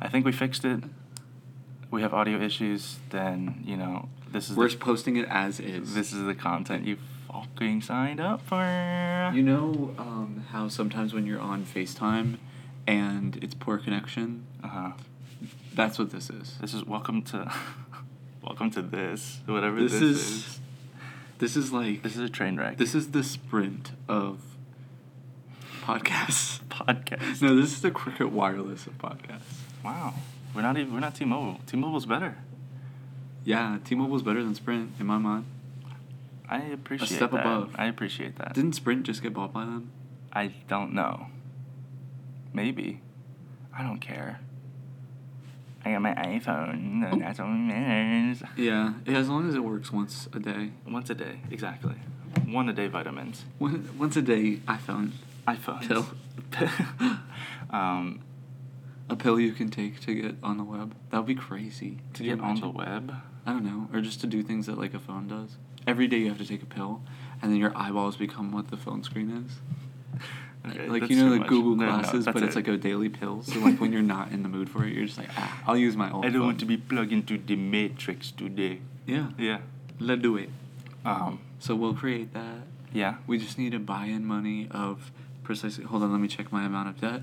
I think we fixed it. We have audio issues. Then you know this is We're the, just posting it as is. this is the content you fucking signed up for. You know um, how sometimes when you're on FaceTime and it's poor connection, Uh huh. that's what this is. This is welcome to, welcome to this whatever This this, is- is, This is like This is a train wreck. this is the sprint of podcasts. podcast. No, this is the Cricket Wireless of podcasts. Wow. We're not even. We're not T-Mobile. T-Mobile's better. Yeah, T-Mobile's better than Sprint in my mind. I appreciate step that. above. I appreciate that. Didn't Sprint just get bought by them? I don't know. Maybe. I don't care. I got my iPhone, and that's all that matters. Oh. Yeah, as long as it works once a day. Once a day, exactly. One a day vitamins. One- Once a day, iPhone. iPhones. Pill. um, A pill you can take to get on the web. That would be crazy. to Could you get on the imagine? web. I don't know, or just to do things that like a phone does. Every day you have to take a pill, and then your eyeballs become what the phone screen is. Okay, like that's you know, too like much. Google No, no, Glasses, that's but it's it. like a daily pill. So like when you're not in the mood for it, you're just like, ah, I'll use my old. I don't phone." want to be plugged into the matrix today. Yeah. Yeah. Let's do it. Um, So we'll create that. yeah. We just need a buy-in money of precisely. Hold on, let me check my amount of debt.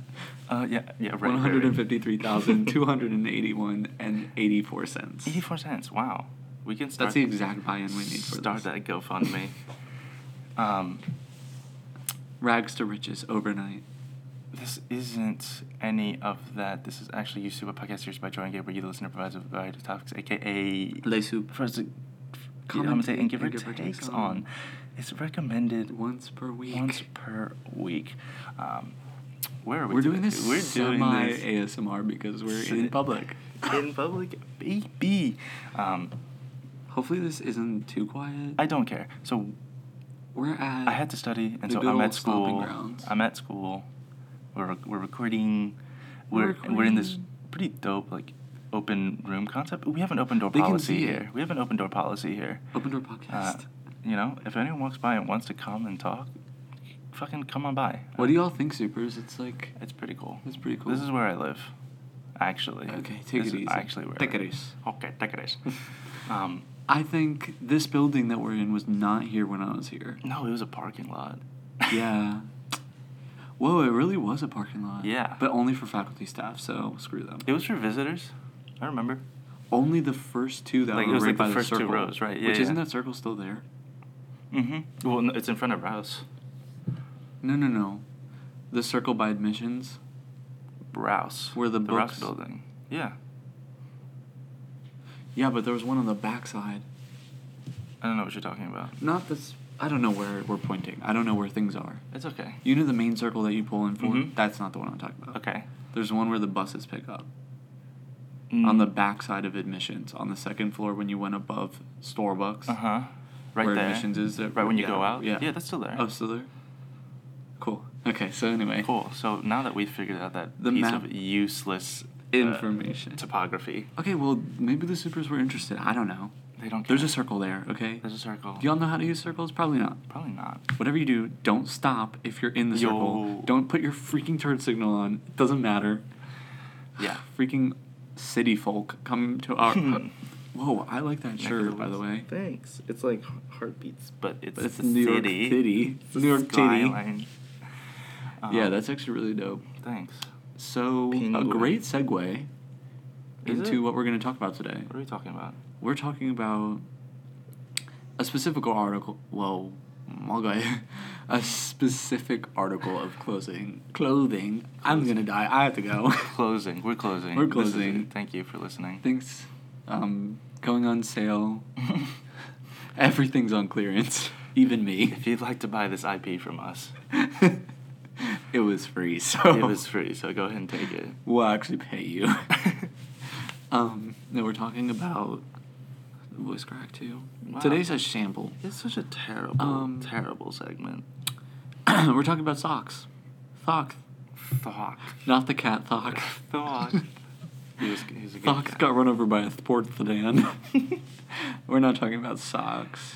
Uh, yeah, yeah, right. One hundred and fifty-three thousand two hundred and eighty-one and eighty-four cents. Eighty-four cents. Wow, we can start. That's the exact buy-in we need for start this. that GoFundMe. um, Rags to riches overnight. this isn't any of that. This is actually You Soup, a podcast series by Joy and Gabriel. You, the listener, provides a variety of topics, aka Les soup. for us to Commentate commentate and give her takes on. It's recommended once per week. once per week. Um, where are we? We're doing this We're doing semi this. ASMR because we're Sit- in public. in public, baby. Um, Hopefully this isn't too quiet. I don't care. So We're at. I had to study, and the so good I'm old at stomping school. grounds. I'm at school. We're rec- we're recording. We're We're we're in this recording. pretty dope like open room concept. We have an open door They can policy see here. it. We have an open door policy here. Open door Uh, podcast. you know, if anyone walks by and wants to come and talk, fucking come on by. what do y'all think, supers? It's like. It's pretty cool. It's pretty cool. This is where I live, actually. Okay, take This is it easy. Actually, where I Take it live. easy. Okay, take it easy. um, I think this building that we're in was not here when I was here. no, it was a parking lot. Yeah. Whoa, it really was a parking lot. Yeah. But only for faculty staff, so screw them. It was for visitors. I remember. only the first two that Like, it were was, right like, the by the first two circle, rows, right, yeah, which isn't yeah. that circle still there? Mm-hmm. Well, no, it's in front of Rouse. No, no, no. The circle by admissions. Rouse. Where the Rouse books- building. Yeah. Yeah, but there was one on the backside. I don't know what you're talking about. Not this. I don't know where we're pointing. I don't know where things are. It's okay. You know the main circle that you pull in for? Mhm. That's not the one I'm talking about. Okay. There's one where the buses pick up. Mm. On the backside of admissions, on the second floor when you went above Starbucks. Uh huh. Right where there. admissions is. That, Right when you yeah, go out. Yeah. Yeah, that's still there. Oh, still there? Cool. Okay, so anyway. Cool. So now that we've figured out that The piece map- of useless uh, Information. topography, Okay, well, maybe the supers were interested. I don't know. they don't. Care. There's a circle there, okay? There's a circle. Do y'all know how to use circles? Probably not. Probably not. Whatever you do, don't stop if you're in the circle. Yo. Don't put your freaking turn signal on. It doesn't matter. Yeah. Freaking city folk come to our. Hmm. Whoa, I like that Neck of shirt, by woods. the way. Thanks. It's like heartbeats, but it's, But it's the New York city. City. It's the New York City. skyline. yeah, Um, that's actually really dope. Thanks. So, a Penguin. great segue Is into it? what we're going to talk about today. What are we talking about? We're talking about a specific article. Whoa, my guy. A specific article of clothing. Clothing. I'm gonna die. I have to go. Closing. We're closing. We're This is it. closing. Thank you for listening. Things um, going on sale. Everything's on clearance. Even me. If you'd like to buy this IP from us, it was free, so it was free, so go ahead and take it. we'll actually pay you. um, no, we're talking about voice crack too. Wow. Today's a shamble. It's such a terrible, Um, terrible segment. we're talking about socks. Thock. Thok. Not the cat Thock. Thok. He was, he was a good Thox guy. got run over by a sport sedan. We're not talking about socks,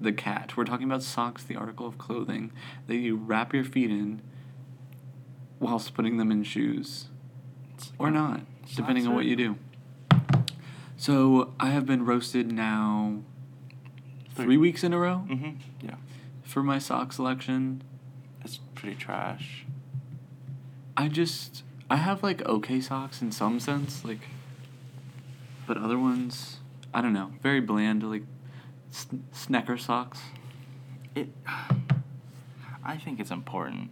the cat. We're talking about socks, the article of clothing that you wrap your feet in whilst putting them in shoes. It's like or a- not, it's not depending on what you do. certain. So I have been roasted now Three. three weeks in a row Mhm. Yeah. for my sock selection. It's pretty trash. I just I have like okay socks in some sense, like, but other ones I don't know, very bland, like sn- snacker socks. It. I think it's important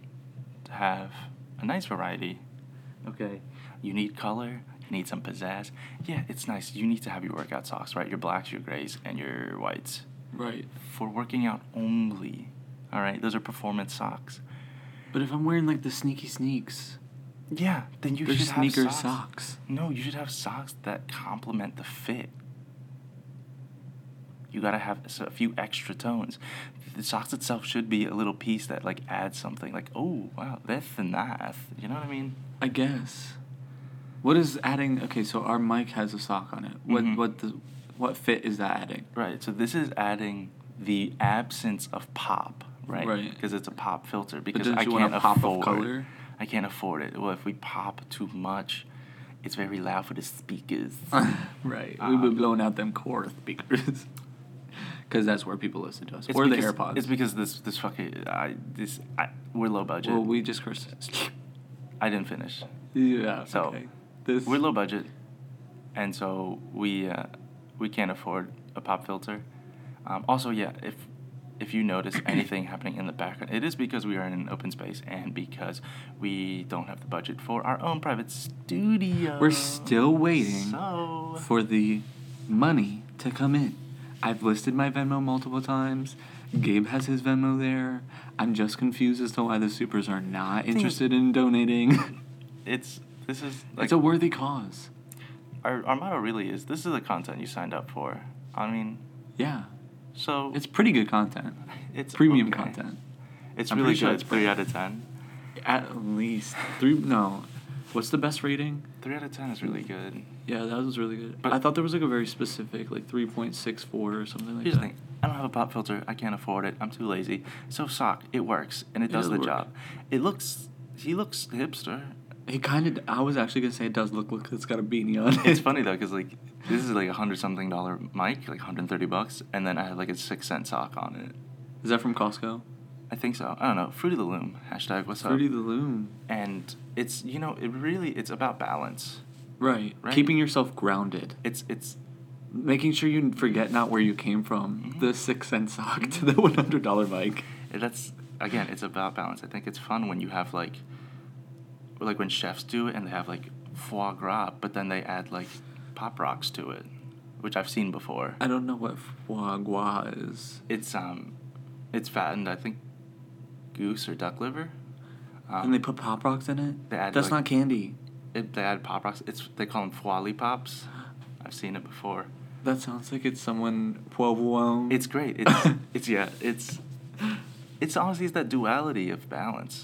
to have a nice variety. Okay. You need color. You need some pizzazz. Yeah, it's nice. You need to have your workout socks, right? Your blacks, your grays, and your whites. Right. For working out only. All right, those are performance socks. But if I'm wearing like the sneaky sneaks, Yeah, then you they're should have sneaker socks. socks. No, you should have socks that complement the fit. You gotta have s- a few extra tones. The socks itself should be a little piece that like adds something. Like, oh wow, that's nice. You know what I mean? I guess. What is adding? Okay, so our mic has a sock on it. What Mhm. what the what fit is that adding? Right. So this is adding the absence of pop, right? Right. Because it's a pop filter. But Because don't I you can't want a pop of afford. color? I can't afford it. Well, if we pop too much, it's very loud for the speakers. right. We've been Um, blowing out them core speakers. Because that's where people listen to us. It's or because, the AirPods. It's because this this fucking I this I, we're low budget. Well, we just cursed. I didn't finish. yeah. So, okay. This, We're low budget, and so we uh, we can't afford a pop filter. Um, also, yeah, if if you notice anything happening in the background, it is because we are in an open space and because we don't have the budget for our own private studio. We're still waiting So for the money to come in. I've listed my Venmo multiple times. Gabe has his Venmo there. I'm just confused as to why the supers are not Thing is- interested in donating. it's this is like it's a worthy cause. our our motto really is this is the content you signed up for. I mean, Yeah. so It's pretty good content. It's premium okay. content. It's I'm really pretty sure good. it's three pretty- out of ten. At least three. No, what's the best rating? Three out of ten is really good. Yeah, that was really good. But- I thought there was like a very specific, like three point six four or something like Here's that. the thing. I don't have a pop filter. I can't afford it. I'm too lazy. So sock, it works and it, It does does the work. job. It looks. He looks hipster. It kind of. I was actually gonna say it does look like it's got a beanie on. it. It's funny though, cause like this is like a hundred something dollar mic, like 130 bucks, and then I have like a six cent sock on it. Is that from Costco? I think so. I don't know. Fruity the Loom. Hashtag what's Fruity up? the Loom. and it's you know it really it's about balance. Right. Right. Keeping yourself grounded. It's it's Making sure you forget not where you came from. Mhm. The six cent sock Mm-hmm. to the one hundred dollar bike. And that's again it's about balance i think it's fun when you have like like when chefs do it and they have like foie gras but then they add like pop rocks to it which i've seen before I don't know what foie gras is. it's um it's fattened i think goose or duck liver um, and they put pop rocks in it. they add, That's like- not candy. it, they add pop rocks it's they call them foie pops i've seen it before That sounds like it's someone Pueblo. it's great it's it's yeah it's it's honestly it's that duality of balance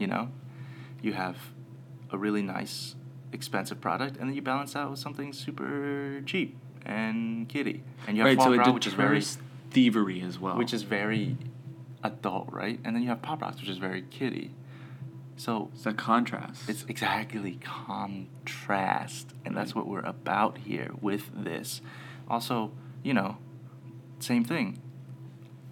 you know you have a really nice expensive product and then you balance that with something super cheap and kitty and you have right. So foie it gras deters which is very thievery as well. which is very adult right and then you have pop rocks which is very kitty so it's a contrast. it's exactly contrast, and that's what we're about here with this. Also, you know, same thing.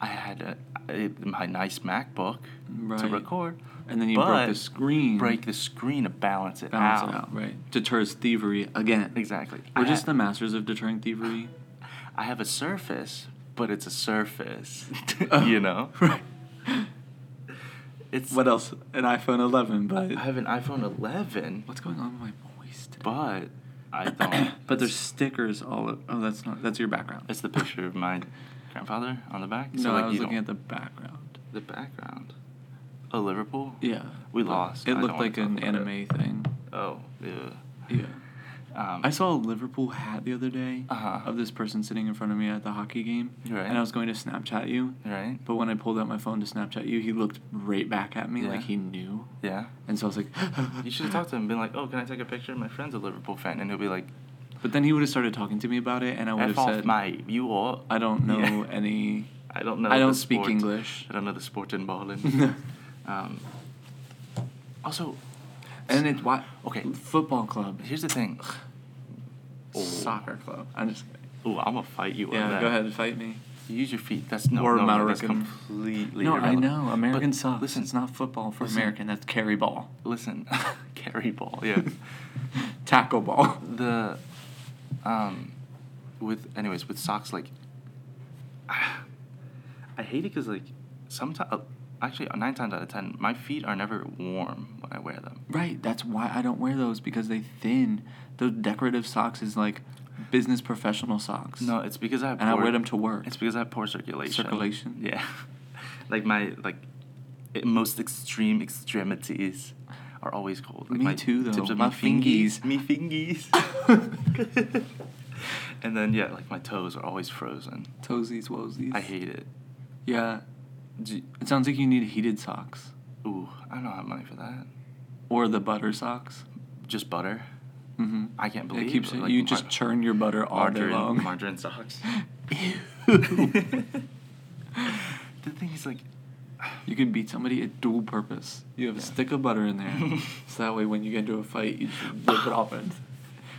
I had a, I- my nice MacBook to Right. record, and then you break but the screen. break the screen to balance it balance out. it out. Right. Deters thievery again. Exactly. We're I just ha- the masters of deterring thievery. I have a Surface, but it's a Surface. you know, Oh, Right. it's What else? An iPhone 11, but I have an iPhone 11, what's going on with my voice today? but I don't. but there's stickers all. o- oh, that's not. That's your background. It's the picture of my grandfather on the back. No, so, like, I was you looking don't- at the background. The background. Oh, Liverpool? Yeah. We but lost. I It don't looked wanna like talk an about it. anime thing. Oh, yeah. Yeah. Um, I saw a Liverpool hat the other day Uh-huh. of this person sitting in front of me at the hockey game, Right. and I was going to Snapchat you, Right? but when I pulled out my phone to Snapchat you, he looked right back at me Yeah. like he knew, Yeah. and so I was like, You should have talked to him and been like, oh, can I take a picture? My friend's a Liverpool fan. And he'll be like, But then he would have started talking to me about it, and I would F have off, said, mate. You are. I don't know Yeah. any. I don't know. I the don't speak sport. English. I don't know the sport involved in. um, also, And it's why Okay. football club, Here's the thing. Oh. soccer club. I'm just kidding. Ooh, I'm gonna fight you. on Yeah, that. go ahead and fight me. You use your feet. That's no, Or no, no, that's American. completely. No, I irrelevant. know American But socks. Listen, it's not football for listen. American. That's carry ball, Listen, carry ball. Yeah, tackle ball. the, um, with anyways with socks like. I hate it because like sometimes actually nine times out of ten my feet are never warm when I wear them. Right. That's why I don't wear those because they thin. Those decorative socks is like business professional socks. No, it's because I have And I wear them to work. It's because I have poor circulation. Circulation? Yeah, like my like i- most extreme extremities are always cold. Like Me my too, though. Tips of My my fingies. fingies. Me fingies. and then yeah, like my toes are always frozen. Toesies, woesies. I hate it. Yeah. Do, It sounds like you need heated socks ooh, I don't have money for that. or the butter socks. Just butter. Mm-hmm. I can't believe it keeps like, you mar- just churn your butter all day margarine, long. Margarine socks. the thing is like. You can beat somebody at dual purpose. You have a Yeah. stick of butter in there, so that way when you get into a fight, you just rip it off and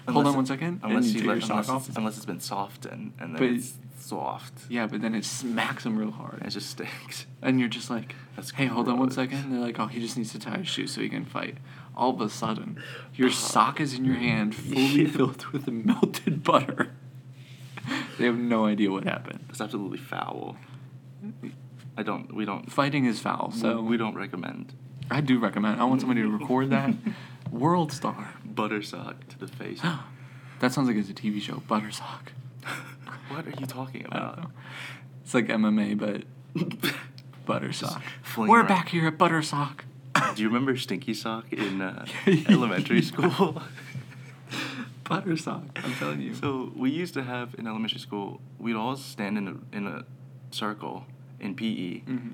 hold Unless on it- one second. Unless and you take let your sock unless, off. it's- unless it's been soft and and then But- it's soft. yeah, but then it smacks them real hard. It just stinks. And you're just like, That's hey, hold on one gross. second. And they're like, oh, he just needs to tie his shoes so he can fight. All of a sudden, your sock is in your hand, fully Yeah. filled with melted butter. they have no idea what happened. It's absolutely foul. I don't. We don't. Fighting is foul, so we don't recommend I do recommend. I want somebody to record that. World Star. butter sock to the face. that sounds like it's a TV show. Butter sock. what are you talking I don't about? know. It's like MMA, but butter sock. fling We're around. back here at butter sock. Do you remember Stinky Sock in uh, elementary school? butter sock. I'm telling you. So we used to have in elementary school, we'd all stand in a in a circle in PE, Mhm.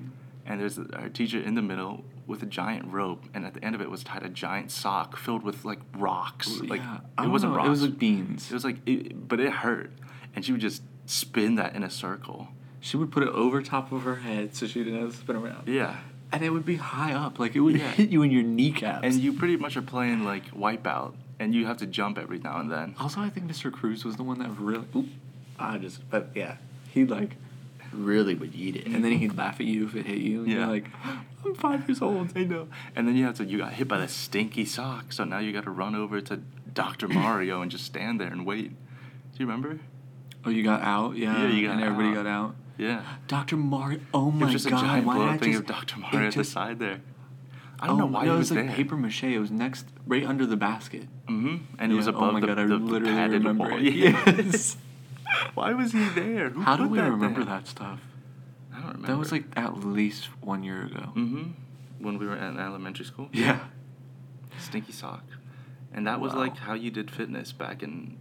and there's our teacher in the middle with a giant rope, and at the end of it was tied a giant sock filled with like rocks. Like Yeah, I it don't wasn't know, rocks. It was like beans. It was like, it, but it hurt, and she would just spin that in a circle. She would put it over top of her head so she didn't have to spin around. Yeah, And it would be high up, like it would Yeah. hit you in your kneecaps. and you pretty much are playing like Wipeout, and you have to jump every now and then. also, I think Mr. Cruz was the one that really. Oop, I just, but yeah, he like really would eat it, and then he'd laugh at you if it hit you, and Yeah. you're like, I'm five years old. I know. And then you have to you got hit by the stinky sock, so now you got to run over to Doctor Mario and just stand there and wait. Do you remember? Oh, you got out, yeah. Yeah, you got and everybody out. got out. Yeah. Doctor Mario. Oh it my was just god! a giant why blow did I up thing just, of Doctor it Mario at the just- side there. I don't know oh, why no, he it was, like there. paper mache. It was next, right under the basket. hmm And it was Yeah, above oh my the, god, I the literally padded remember wall. it. Yes. why was he there? Who How do put we that remember there? that stuff? I don't remember. That was like at least one year ago. hmm When we were in elementary school. Yeah. Stinky sock. And that was Wow. like how you did fitness back in.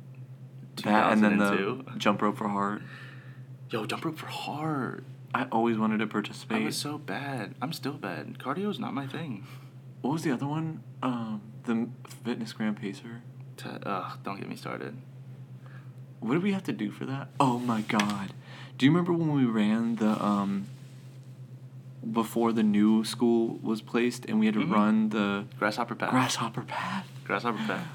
2002. That and then the jump rope for heart. Yo, jump rope for hard. I always wanted to participate. I was so bad. I'm still bad. Cardio's not my thing. what was the other one? Um, the m- fitness grand pacer. T- ugh, don't get me started. What did we have to do for that? Oh my god! Do you remember when we ran the um? Before the new school was placed, and we had to Mhm. run the Grasshopper path. grasshopper path. Grasshopper path.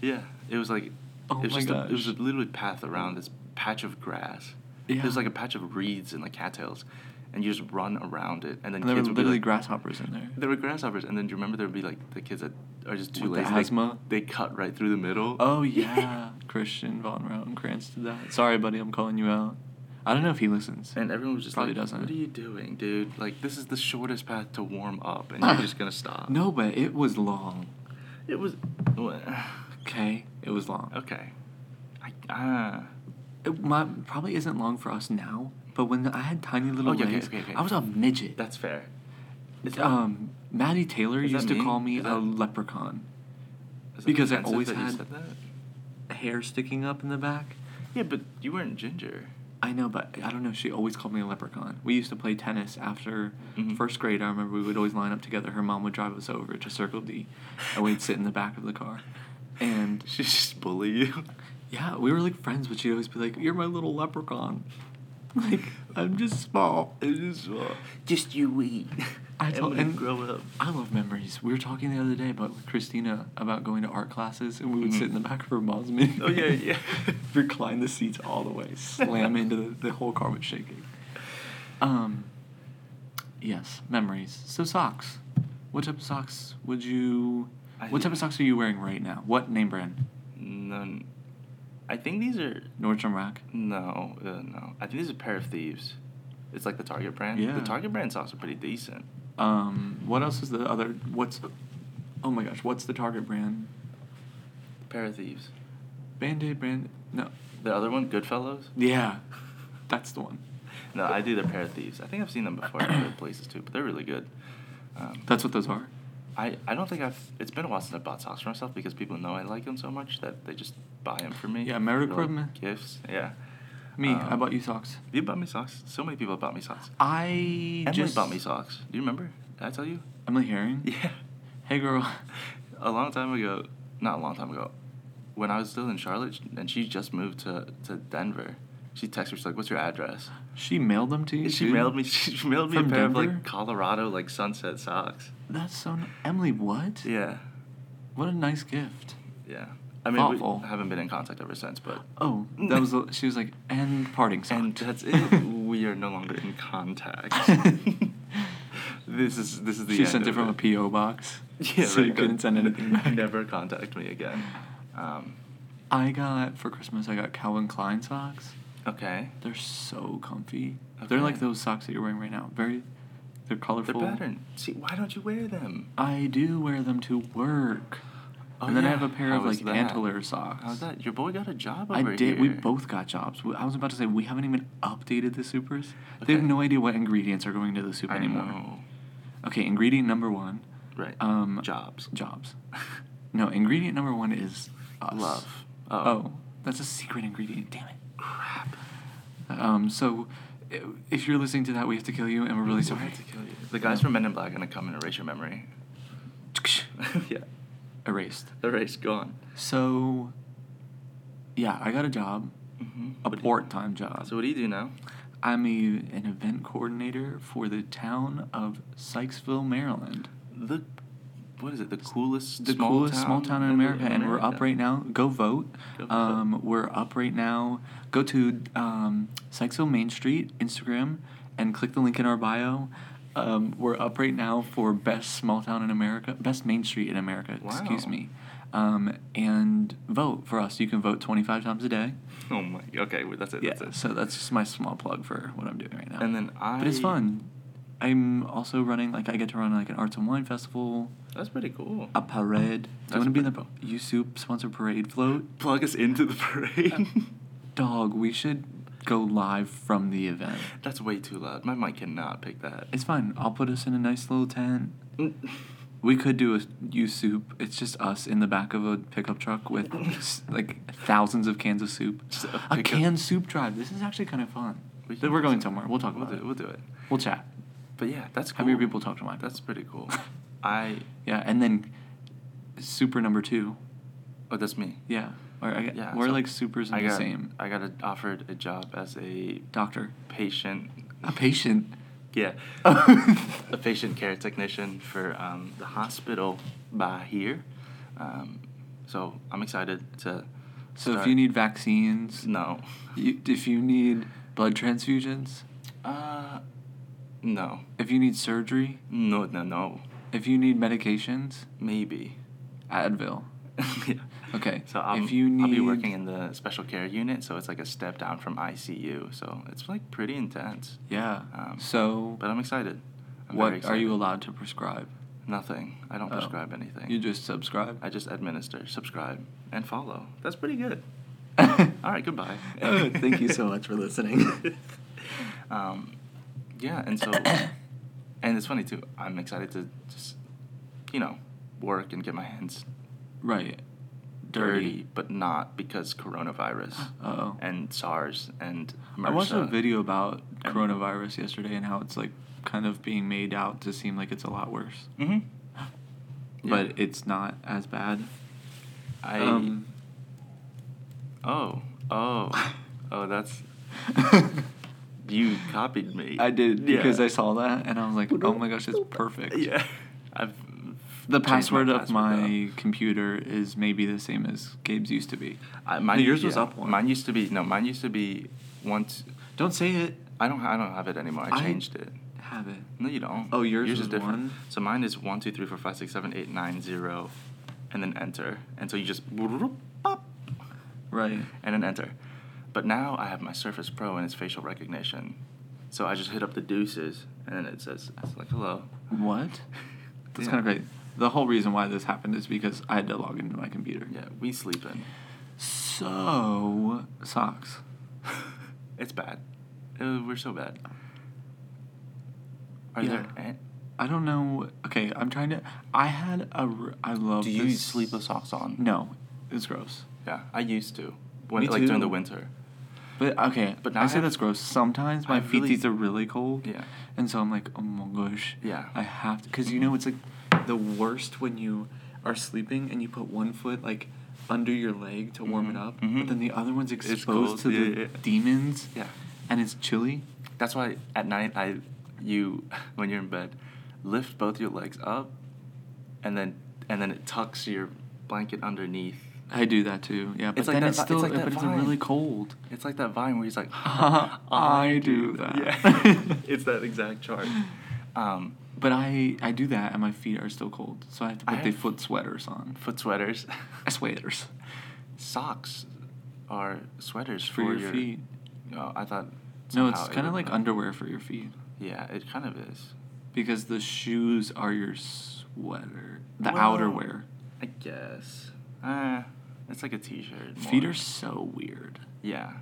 Yeah, it was like. Oh it was my just A, it was gosh. a literally path around this patch of grass. It Yeah. was like a patch of reeds and like cattails, and you just run around it, and then And there were kids would be literally like, grasshoppers in there. There were grasshoppers, and then do you remember there would be like the kids that are just too With the lazy. they- asthma? They, cut right through the middle. Oh yeah, Christian Von Rautenkrantz did that. Sorry, buddy, I'm calling you out. I don't know if he listens. And everyone was just Probably like, doesn't. "What are you doing, dude? Like this is the shortest path to warm up, and you're just gonna stop." No, but it was long. It was. Okay, it was long. Okay. I, uh, It my, probably isn't long for us now, but when I had tiny little Okay, okay, legs, okay, okay. I was a midget. that's fair. Is that- um, Maddie Taylor Is that used to mean? call me Is a that- leprechaun. is that because I offensive always that you had- said that? Hair sticking up in the back. Yeah, but you weren't ginger. I know, but I don't know. She always called me a leprechaun. We used to play tennis after Mhm. first grade. I remember we would always line up together. Her mom would drive us over to Circle D, and we'd sit in the back of the car. And She just bully you. yeah, we were like friends, but she'd always be like, "You're my little leprechaun." Like I'm just small. It is. Just you wait. I and told we and grow up. I love memories. We were talking the other day about with Christina about going to art classes, and we would Mhm. sit in the back of her mom's mini. Oh, yeah, yeah. recline the seats all the way, slam into the, the whole car was shaking. Um. Yes, memories. So socks. What type of socks would you? I what thi- type of socks are you wearing right now? What name brand? None. I think these are Nordstrom Rack. no, uh, no. I think these are pair of thieves. It's like the Target brand. Yeah. The Target brand socks are pretty decent. Um, what else is the other? What's, oh my gosh, what's the Target brand? Pair of thieves. Band Aid brand? No. The other one, Goodfellows. Yeah, that's the one. No, I do the pair of thieves. I think I've seen them before at other places too, but they're really good. Um, That's what those are. I, I don't think I've. It's been a while since I bought socks for myself because people know I like them so much that they just buy them for me. Yeah, Merry Little Christmas. Gifts. Yeah. Me, I Um, bought you socks. You bought me socks. So many people bought me socks. I Emily just bought me socks. Do you remember? Did I tell you? Emily Herring. Yeah. Hey girl. A long time ago, not a long time ago, when I was still in Charlotte and she just moved to, to Denver, she texted me, she's like, What's your address? She mailed them to you. She too? mailed me she mailed me From a pair of like Denver? Colorado like sunset socks. That's so. N- Emily, what? Yeah. What a nice gift. Yeah. I mean, Thoughtful. we haven't been in contact ever since, but. Oh, that was. the- she was like, and parting socks. And that's it. we are no longer in contact. this is this is the she end sent it of from a PO box. Yeah, so right, you couldn't don't- send anything back. Never contact me again. Um, I got for Christmas. I got Calvin Klein socks. okay. They're so comfy. They're Okay. like those socks that you're wearing right now. Very, they're colorful. They're pattern. See, why don't you wear them? I do wear them to work. Oh, and then I yeah. have a pair How of was like that? antler socks. How's that? Your boy got a job I over did. here. We both got jobs. We- I was about to say we haven't even updated the supers. They have Okay. no idea what ingredients are going to the soup I anymore. know. Okay, ingredient number one, Right. Um, Jobs. jobs. No, ingredient number one is us. Love. Oh. Oh. that's a secret ingredient. Damn it. Crap. Um, so, i- if you're listening to that, we have to kill you, and we're really sorry. to kill you. The guys from Men in Black are gonna come and erase your memory. yeah. Erased. Erase. Go on. So, yeah, I got a job, Mm-hmm. a part-time job. So what do you do now? I'm a, an event coordinator for the town of Sykesville, Maryland. The what is it? The coolest. The small coolest town small town in America, and we're up right now. Go vote. Go vote. um, We're up right now. Go to um, Sykesville Main Street Instagram and click the link in our bio. Um, we're up right now for best small town in America, best Main Street in America. Excuse Wow. me. Um, and vote for us. You can vote 25 times a day. Oh my. Okay. Wait, that's it. Yeah, That's it. so that's just my small plug for what I'm doing right now. And then I. But it's fun. I'm also running like I get to run like an arts and wine festival, That's pretty cool. a parade. Do you That's want to be in the pretty you soup sponsor parade float? Uh, Plug us into the parade. Dog, we should go live from the event. That's way too loud. My mic cannot pick that. Mm. It's fine. I'll put us in a nice little tent. We could do a you soup. It's just us in the back of a pickup truck with s- like thousands of cans of soup. Just a A, pickup- canned soup drive. This is actually kind of fun. We Then can we're do going something. somewhere. We'll talk about we'll it. Do, we'll do it. We'll chat. But yeah, that's cool. Have your people talk to my That's people. pretty cool. I. Yeah, and then super number two. Oh, that's me. Yeah, or I, Yeah, we're so like supers in I the got, same. I got a, offered a job as a Doctor, patient. a patient. Yeah. a patient care technician for um, the hospital by here. Um, so I'm excited to. so if start- you need vaccines, No. you, if you need blood transfusions, Uh, no. if you need surgery, No, no, no. if you need medications, Maybe. Advil. yeah. Okay. So I'm, if you need, I'll be working in the special care unit, so it's like a step down from ICU. So it's like pretty intense. yeah. Um, so But I'm excited. I'm very what are excited. you allowed to prescribe? Nothing. I don't Oh. prescribe anything. You just subscribe. I just administer, subscribe, and follow. That's pretty good. All right, goodbye. Oh, thank you so much for listening. um, yeah, and so, and it's funny too. I'm excited to just, you know, work and get my hands right. dirty, but not because coronavirus Oh. and SARS and MRSA. I watched a video about And- coronavirus yesterday and how it's like kind of being made out to seem like it's a lot worse, hmm but it's not as bad. I. Um, oh, oh, oh. That's You copied me. I did Yeah. because I saw that and I was like, oh my gosh, it's perfect. Yeah. I've changed The my password of password, my computer is maybe the same as Gabe's used to be. though. I, mine, No, yours was yeah. up one. Mine used to be no. Mine used to be once. Don't say it. I don't. I don't have it anymore. I I- changed it. Have it. No, you don't. Oh, yours yours was is different. one? So mine is one, two, three, four, five, six, seven, eight, nine, zero, and then enter. And so you just pop, Right. and then enter. But now I have my Surface Pro and it's facial recognition. So I just hit up the deuces and it says it's like hello. What? That's Yeah. kind of great. The whole reason why this happened is because I had to log into my computer. Yeah, we sleeping. So socks. it's bad. Uh, we're so bad. Are Yeah. there? an- I don't know. Okay, I'm trying to. I had a. r- I love. Do you this- sleep with socks on? No, it's gross. Yeah, I used to. When Me like during the too. winter. But okay, But but now I I say have- that's gross. Sometimes my I've really- feeties are really cold. Yeah. And so I'm like, oh my gosh. Yeah. I have to, because you know it's like the worst when you are sleeping and you put one foot like under your leg to warm it Mhm, up, mhm. but then the other one's It's cold, exposed to yeah, the yeah. demons. Yeah. And it's chilly. That's why at night I you when you're in bed, lift both your legs up and then and then it tucks your blanket underneath. I do that too. Yeah. But It's like then that it's vi- it's still like that but it's vine. really cold. It's like that vine where he's like I do that. Yeah. it's that exact chart. Um But I I do that and my feet are still cold, so I have to I put the have- foot sweaters on. foot sweaters. sweaters. Socks are sweaters For for, your feet. No, I thought No, it's somehow it kind of would- like underwear for your feet Yeah, it kind of is. because the shoes are your sweater, the Well, outerwear. I guess. Uh, it's like a t-shirt. Feet more. are so weird. Yeah,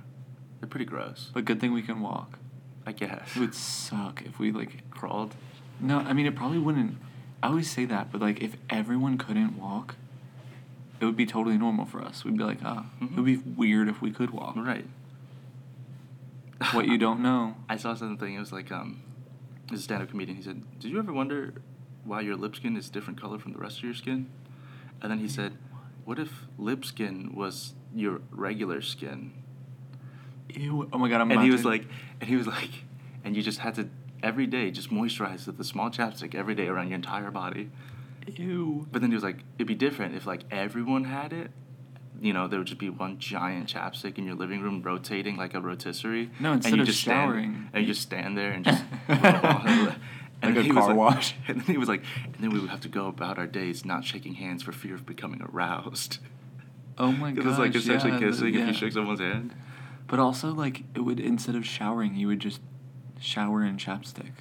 they're pretty gross. But good thing we can walk. I guess It would suck if we like crawled. No, I mean it probably wouldn't. I always say that, but like if everyone couldn't walk, it would be totally normal for us. We'd be like, ah, it would be weird if we could walk. Mm-hmm. Right. What you don't know. I saw something. It was like um, this stand-up comedian. He said, "Did you ever wonder why your lip skin is different color from the rest of your skin?" And then he said, "What if lip skin was your regular skin?" Ew. Oh my god, I'm. and about he to- was like, and he was like, and you just had to every day just moisturize with a small chapstick every day around your entire body. ew. But then he was like, it'd be different if like everyone had it. You know, there would just be one giant chapstick in your living room rotating like a rotisserie. No, instead and you of just stand- showering, and you just stand there and just. Like then a he was car wash. And then he was like, and then we would have to go about our days not shaking hands for fear of becoming aroused. Oh my god. Because it's like essentially kissing if you shake someone's hand. But also, like, it would instead of showering, you would just shower in chapstick.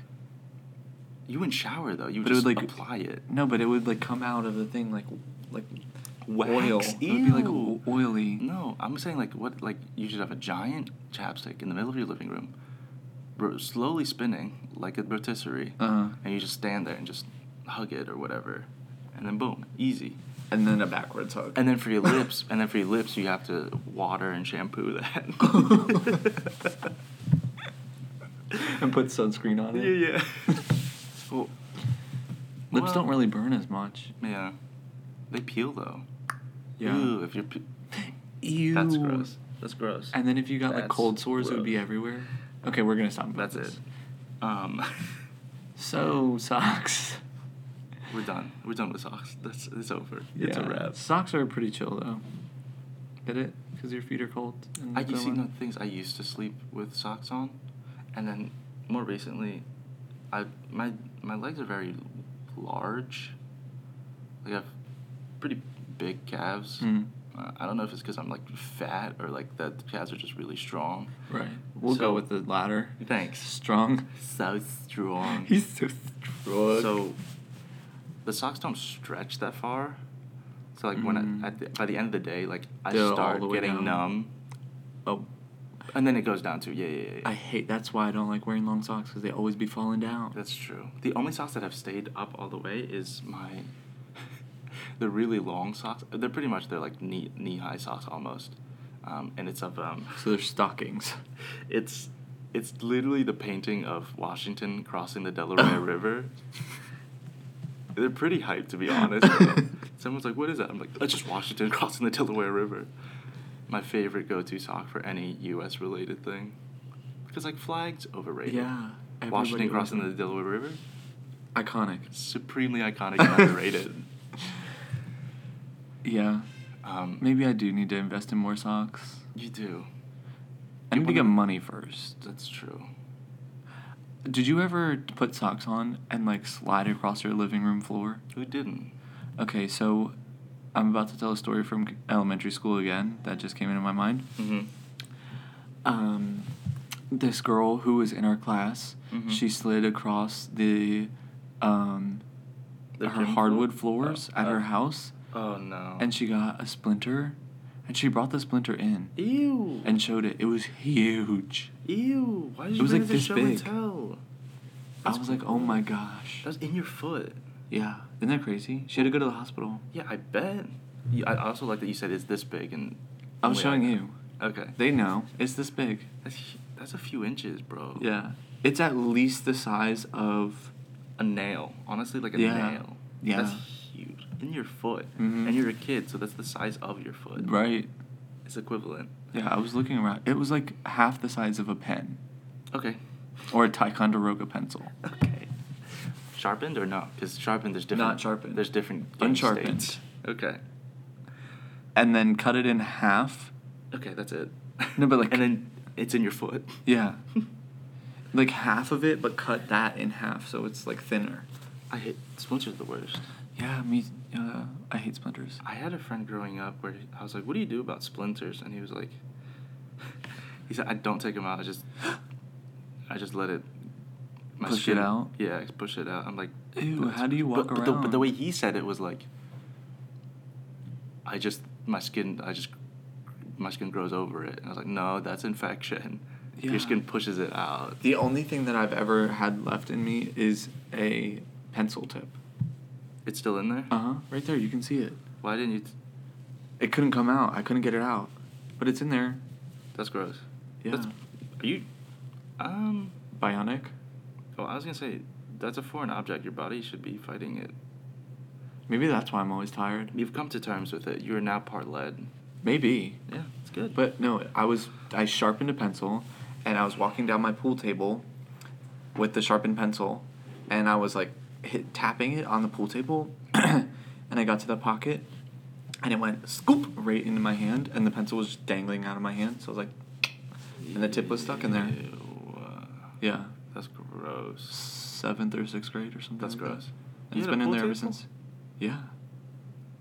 You wouldn't shower though. You would But it just would, like- apply it. No, but it would like come out of the thing like, like Wax. oil. It would be like Ew. o- oily. No, I'm saying like what like you should have a giant chapstick in the middle of your living room, ro- slowly spinning like a rotisserie, Uh-huh. and you just stand there and just hug it or whatever, and then boom, easy. And then a backwards hug. And then for your lips, and then for your lips, you have to water and shampoo that. Oh, and put sunscreen on yeah, it. yeah. well, Lips well, don't really burn as much. Yeah, they peel though. Yeah. Ew, if you're. Pe- Ew. That's gross. That's gross. And then if you got like That's cold sores, it would be gross. everywhere. Okay, we're gonna stop. about That's it. this. Um, So socks. we're done. We're done with socks. That's it's over. It's a Yeah. wrap. Socks are pretty chill though. Get it? Because your feet are cold. and I the you see Mm, one- no things I used to sleep with socks on, and then more recently, I my my legs are very large. Like I have pretty big calves. Mm. Uh, I don't know if it's because I'm like fat or like the calves are just really strong. Right. We'll So- go with the latter. Thanks. Strong. So strong. He's so strong. So the socks don't stretch that far. So like when Mm. I, at the, by the end of the day, like I They're all start the way getting down. numb, Oh, and then it goes down to yeah yeah yeah. yeah. I hate. That's why I don't like wearing long socks because they always be falling down. That's true. The only socks that have stayed up all the way is my the really long socks. They're pretty much they're like knee knee high socks almost, um, and it's of um. so they're stockings. It's it's literally the painting of Washington crossing the Delaware River. They're pretty hyped to be honest. Someone's like, "What is that?" I'm like, "That's just Washington crossing the Delaware River." My favorite go-to sock for any U.S. related thing. Because like flags overrated. Yeah. Washington everybody crossing the was Delaware River, Iconic. supremely iconic and underrated. Yeah. Um, Maybe I do need to invest in more socks. you do. I need to People- get money first. That's true. Did you ever put socks on and like slide across your living room floor? Who didn't? Okay, so I'm about to tell a story from elementary school again that just came into my mind. Mm-hmm. Um, this girl who was in our class, Mhm. she slid across the um, The her gym hardwood floor? floors Oh, at oh. her house, Oh no. and she got a splinter, and she brought the splinter in Ew. and showed it. It was huge. Ew. Why did It you was, bring like, to this show big. and tell? I was like, oh my gosh. That's in your foot. yeah, isn't that crazy? She had to go to the hospital. Yeah, I bet. You, I also like that you said it's this big and. I was only showing know. you. Okay. They know it's this big. That's, hu- that's a few inches, bro. Yeah, it's at least the size of. A nail. Honestly, like a Yeah. nail. Yeah. That's huge. In your foot. Mhm. And you're a kid, so that's the size of your foot. Right. It's equivalent. Yeah, I was looking around. It was like half the size of a pen, Okay. or a Ticonderoga pencil. Okay. Sharpened or not? Because sharpened, there's different. Not sharpened. There's different. game Unsharpened. states. Okay. And then cut it in half. Okay, that's it. No, but, like- And then it's in your foot. Yeah. like half of it, but cut that in half so it's like thinner. I hate splinters the worst. Yeah, me. Uh, I hate splinters. I had a friend growing up where he- I was like, "What do you do about splinters?" And he was like, "He said I don't take them out. I just, I just let it." Push it out? Yeah, I push it out. I'm like, Ew, "That's- how do you walk but, But the, but the around? way he said it was like, I just my skin, I just my skin grows over it. And I was like, no, that's infection. Yeah. Your skin pushes it out. The only thing that I've ever had left in me is a pencil tip. It's still in there. Uh huh. Right there, you can see it. Why didn't you? T- It couldn't come out. I couldn't get it out, but it's in there. that's gross. Yeah. That's, are you? Um. Bionic. Oh, I was gonna say that's a foreign object. Your body should be fighting it. Maybe that's why I'm always tired. You've come to terms with it. You are now part lead. Maybe. Yeah, it's good. But no, I was I sharpened a pencil, and I was walking down my pool table, with the sharpened pencil, and I was like hit, tapping it on the pool table, and I got to the pocket, and it went scoop right into my hand, and the pencil was just dangling out of my hand. So I was like, and the tip was stuck in there. Ew, uh, yeah, that's gross. seventh or sixth grade or something. That's like that. gross. You And it's had a been in pool there ever table? since. Yeah,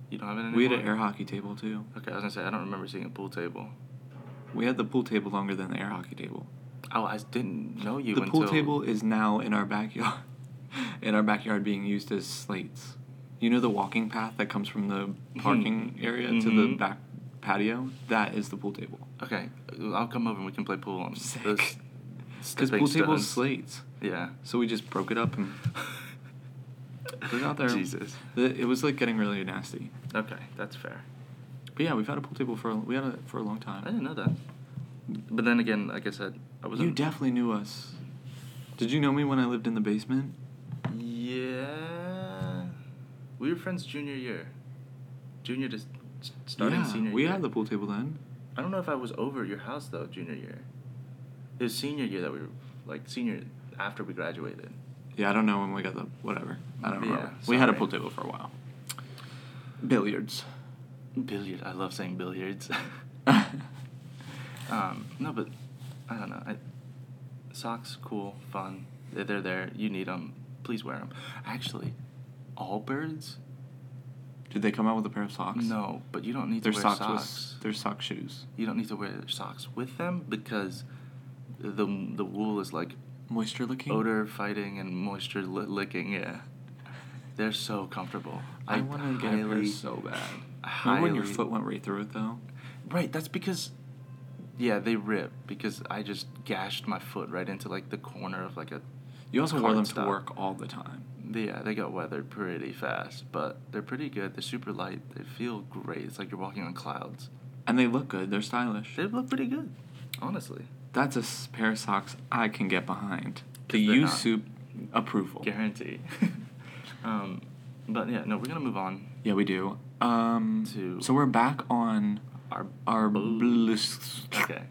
You don't have it anymore. we had an air hockey table too. Okay, I was gonna say I don't remember seeing a pool table. We had the pool table longer than the air hockey table. Oh, I didn't know you. the pool until- table is now in our backyard in our backyard being used as slates you know the walking path that comes from Mm-hmm. the parking area to the Mhm. back patio that is the pool table Okay, I'll come over and we can play pool on Sick. those because stepping pool table is stones. slates Yeah. so we just broke it up and put it out there Jesus. The- it was like getting really nasty Okay, that's fair. but yeah we've had a pool table for a, we had it for a long I time didn't know that. But then again, like I said, I was. you definitely knew us did you know me when i lived in the basement Yeah. We were friends junior year. Junior to s- s- starting yeah, senior we year. had the pool table then I don't know if I was over at your house though, junior year. It was senior year that we were like senior after we graduated. Yeah, I don't know when we got the whatever. I don't Yeah, remember. We had a sorry. pool table for a while. Billiards. Billiards. I love saying billiards. um, no, but I don't know. I, socks, cool, fun. They're, they're there. You need them. Please wear them. Actually, Allbirds? Did they come out with a pair of socks? No, but you don't need Their to wear socks, socks. was their sock shoes. you don't need to wear socks with them because the the wool is like Moisture looking. odor fighting and moisture li- licking. Yeah, they're so comfortable. I, want to get a pair highly- so bad. I Remember when your highly- foot went right through it though? Right, that's because yeah they rip because I just gashed my foot right into like the corner of like a. You also wore them cardstock. to work all the time. Yeah, they got weathered pretty fast, but they're pretty good. They're super light. They feel great. It's like you're walking on clouds. And they look good. They're stylish. They look pretty good, honestly. That's a s- pair of socks I can get behind. The they're U not- soup approval. Guarantee. um, but yeah, no, we're gonna move on Yeah, we do. Um, To- so we're back on our our Blues. blues. Okay.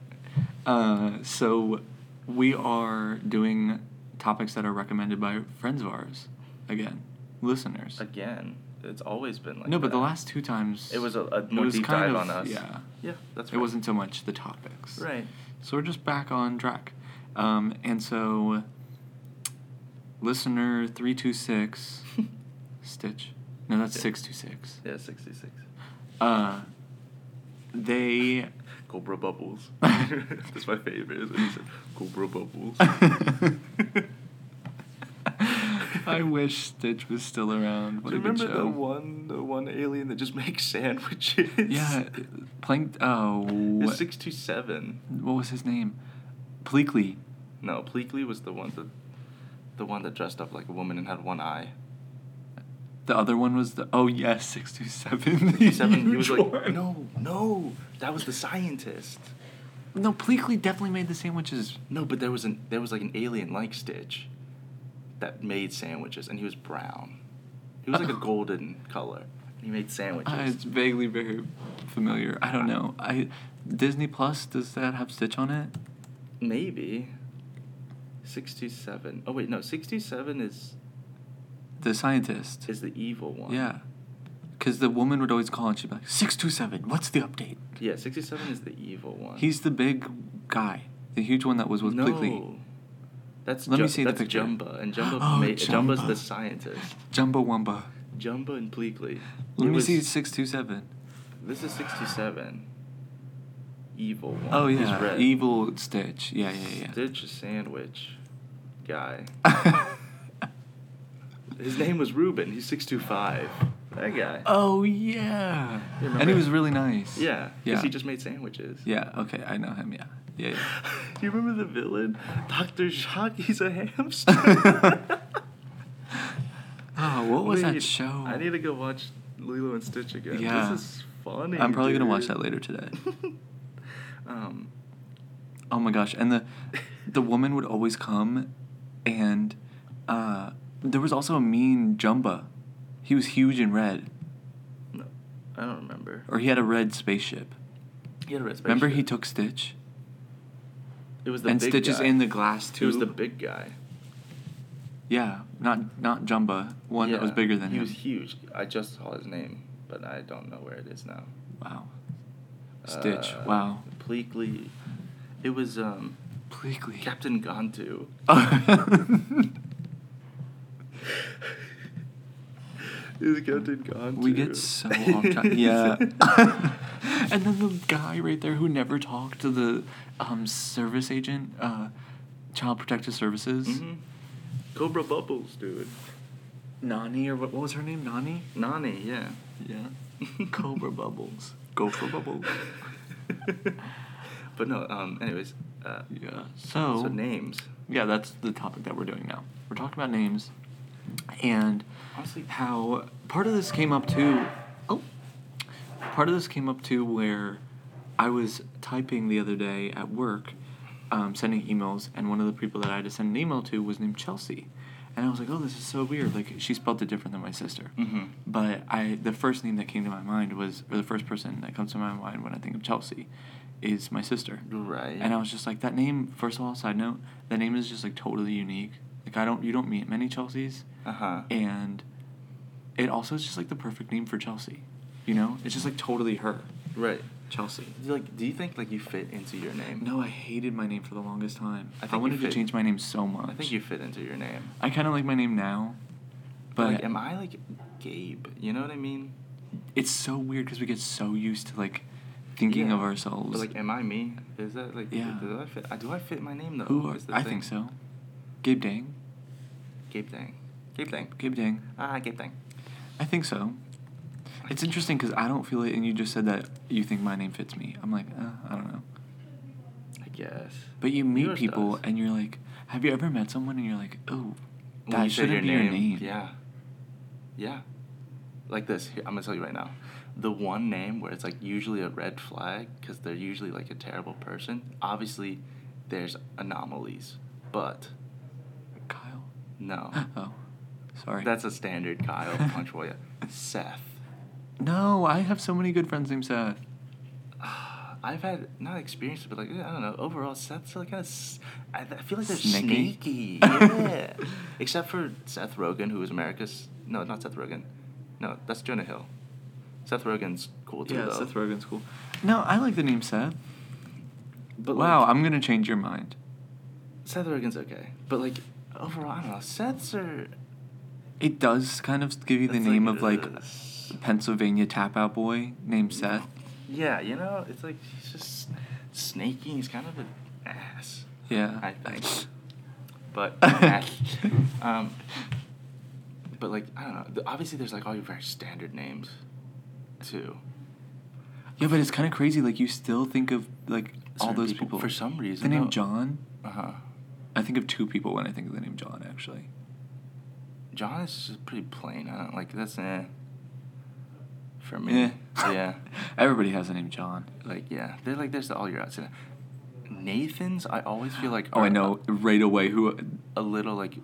Uh, so we are doing topics that are recommended by friends of ours. Again, listeners. Again, it's always been like no, but the that. last two times It was a, a it more was deep kind dive of- on us. Yeah, Yeah, that's it right. wasn't so much the topics. Right. So we're just back on track. Um, and so, listener 326, Stitch. No, that's Yeah. 626. Yeah, 66. Uh, they. Cobra Bubbles. that's my favorite. Is what he said. Cobra Bubbles. I wish Stitch was still around. What Do you a good remember show. the one, the one alien that just makes sandwiches? Yeah, Plank. Oh. It's six two seven. What was his name? Pleakley. No, Pleakley was the one that, the one that dressed up like a woman and had one eye. The other one was the. Oh, yes, 627. the 67, he was huge like, one. no, no, that was the scientist. No, Pleakley definitely made the sandwiches. No, but there was an there was like an alien like Stitch, that made sandwiches, and he was brown. He was like a golden color. and He made sandwiches. Uh, it's vaguely very familiar. I don't know. I Disney Plus does that have Stitch on it? Maybe. Six two seven. Oh wait, no, six two seven is The scientist. is the evil one. Yeah, because the woman would always call and she'd be like six two seven. What's the update? Yeah, sixty seven is the evil one. He's the big guy, the huge one that was with no. Pleakley. That's Let Ju- me see the that's picture. Jumba, and Jumba Oh, made, Jumba's the Jumba. scientist. Jumbo Wumba. Jumba and Pleakley. Let It me was- see six two seven. This is sixty seven. Evil one. Oh He's yeah, red. evil Stitch. Yeah, yeah, yeah. Stitch a sandwich guy. His name was Ruben. He's 6'2", That guy. oh yeah, You remember and he was him? really nice. Yeah, because yeah. he just made sandwiches. yeah. Okay, I know him. Yeah, yeah. yeah. Do you remember the villain? Dr. Jacques, he's a hamster. Oh, what was that Wait, show? I need to go watch Lilo and Stitch again. Yeah. This is funny. I'm probably gonna watch dude. that later today. um, oh my gosh! And the the woman would always come, and uh, there was also a mean Jumba. He was huge and red, no, I don't remember. or he had a red spaceship. He had a red spaceship. Remember, he took Stitch, It was the and big Stitch is guy. in the glass too. It was the big guy. Yeah, not not Jumba, one that was Yeah, bigger than he him. was huge. I just saw his name, but I don't know where it is now. Wow. Stitch. Uh, wow. Pleakley. It was um, Pleakley. Captain Gantu. It was Captain Gantu. We get so off track. Yeah. and then the guy right there who never talked to the um, service agent, uh, Child Protective Services, Mhm. Cobra Bubbles, dude. Nani, or what, what was her name? Nani? Nani, yeah. Yeah. Cobra Bubbles. Gopher Bubbles. but no, um, anyways. Uh, Yeah. So. So names. Yeah, that's the topic that we're doing now. We're talking about names and Honestly- how part of this came up to oh part of this came up to where I was typing the other day at work, um, sending emails, and one of the people that I had to send an email to was named Chelsea. And I was like, oh, this is so weird. Like, she spelled it different than my sister. Mhm. But I, the first name that came to my mind was, or the first person that comes to my mind when I think of Chelsea, is my sister. Right. And I was just like, that name. First of all, side note, that name is just like totally unique. Like I don't, you don't meet many Chelseas, Uh huh. and it also is just like the perfect name for Chelsea. You know, it's just like totally her, Right. Chelsea. Like, do you think like you fit into your name? No, I hated my name for the longest time. I I, think you wanted to fit- change my name so much. I think you fit into your name. I kind of like my name now, but like, am I like Gabe? You know what I mean? it's so weird because we get so used to like thinking Yeah. of ourselves. But like, am I me? Is that like? Yeah. Do I fit? uh, Do I fit my name though? who are? Is the I thing. think so. Gabe Dang. Gabe Dang. Gabe Dang. Gabe Dang. Ah, Gabe Dang. I think so. It's interesting because I don't feel it, and you just said that you think my name fits me. I'm like, uh, I don't know. I guess. But you meet Yours people, does. and you're like, have you ever met someone, and you're like, oh, When that you say shouldn't be your name. Yeah. Yeah. Like this. Here, I'm gonna tell you right now. The one name where it's like usually a red flag because they're usually like a terrible person. Obviously, there's anomalies, but Kyle. no. Oh, sorry. That's a standard Kyle punch for you. Seth. No, I have so many good friends named Seth. I've had not experiences, but like I don't know. Overall, Seth's like kind of. I, I feel like they're sneaky. Sneaky? Yeah. Except for Seth Rogen, who is America's. No, not Seth Rogen. No, that's Jonah Hill. Seth Rogen's cool too. yeah, though. Seth Rogen's cool. No, I like the name Seth. But wow, like- I'm gonna change your mind. Seth Rogen's okay, but like overall, I don't know. Seth's are. It does kind of give you the It's name like, Mm. of like ugh. Pennsylvania tap out boy named Seth. Yeah, you know, it's like he's just snaky. He's kind of an ass. Yeah. I think. But eh. um, but like I don't know. Th- Obviously, there's like all your very standard names, too. Yeah, but it's kind of crazy. Like you still think of like all Certain those people- people. for some reason, The name though- John. Uh huh. I think of two people when I think of the name John. Actually, John is just pretty plain. I don't like that's eh. For me, Eh. yeah, Everybody has the name John. like yeah, they're like there's the, all your outside. Nathan's, I always feel like Oh, I are know right away who. a, a little like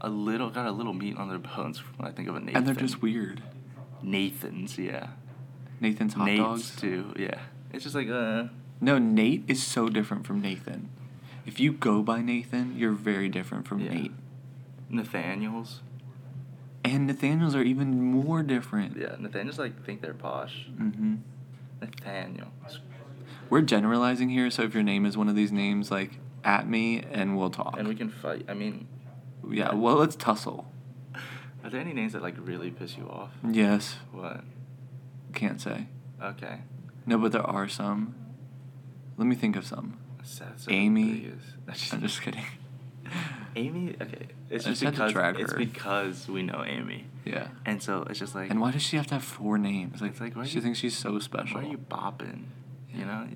a little got a little meat on their bones when I think of a Nathan. And they're just weird. Nathan's, yeah. Nathan's hot Nate's dogs too, yeah. It's just like uh. No, Nate is so different from Nathan. If you go by Nathan, you're very different from Yeah. Nate. Nathaniels. And Nathaniels are even more different. Yeah, Nathaniels like think they're posh. hmm Nathaniel. We're generalizing here, so if your name is one of these names, like at me and we'll talk. And we can fight. I mean, Yeah, well, let's tussle. are there any names that like really piss you off? Yes, What? can't say. Okay. No, but there are some. Let me think of some. Seth's Amy. I'm I'm just kidding. Amy. Okay. It's I just just had to because drag it's her. because we know Amy, Yeah. and so it's just like. And why does she have to have four names? Like, It's like, why she you- thinks she's so special. Why are you bopping? You know,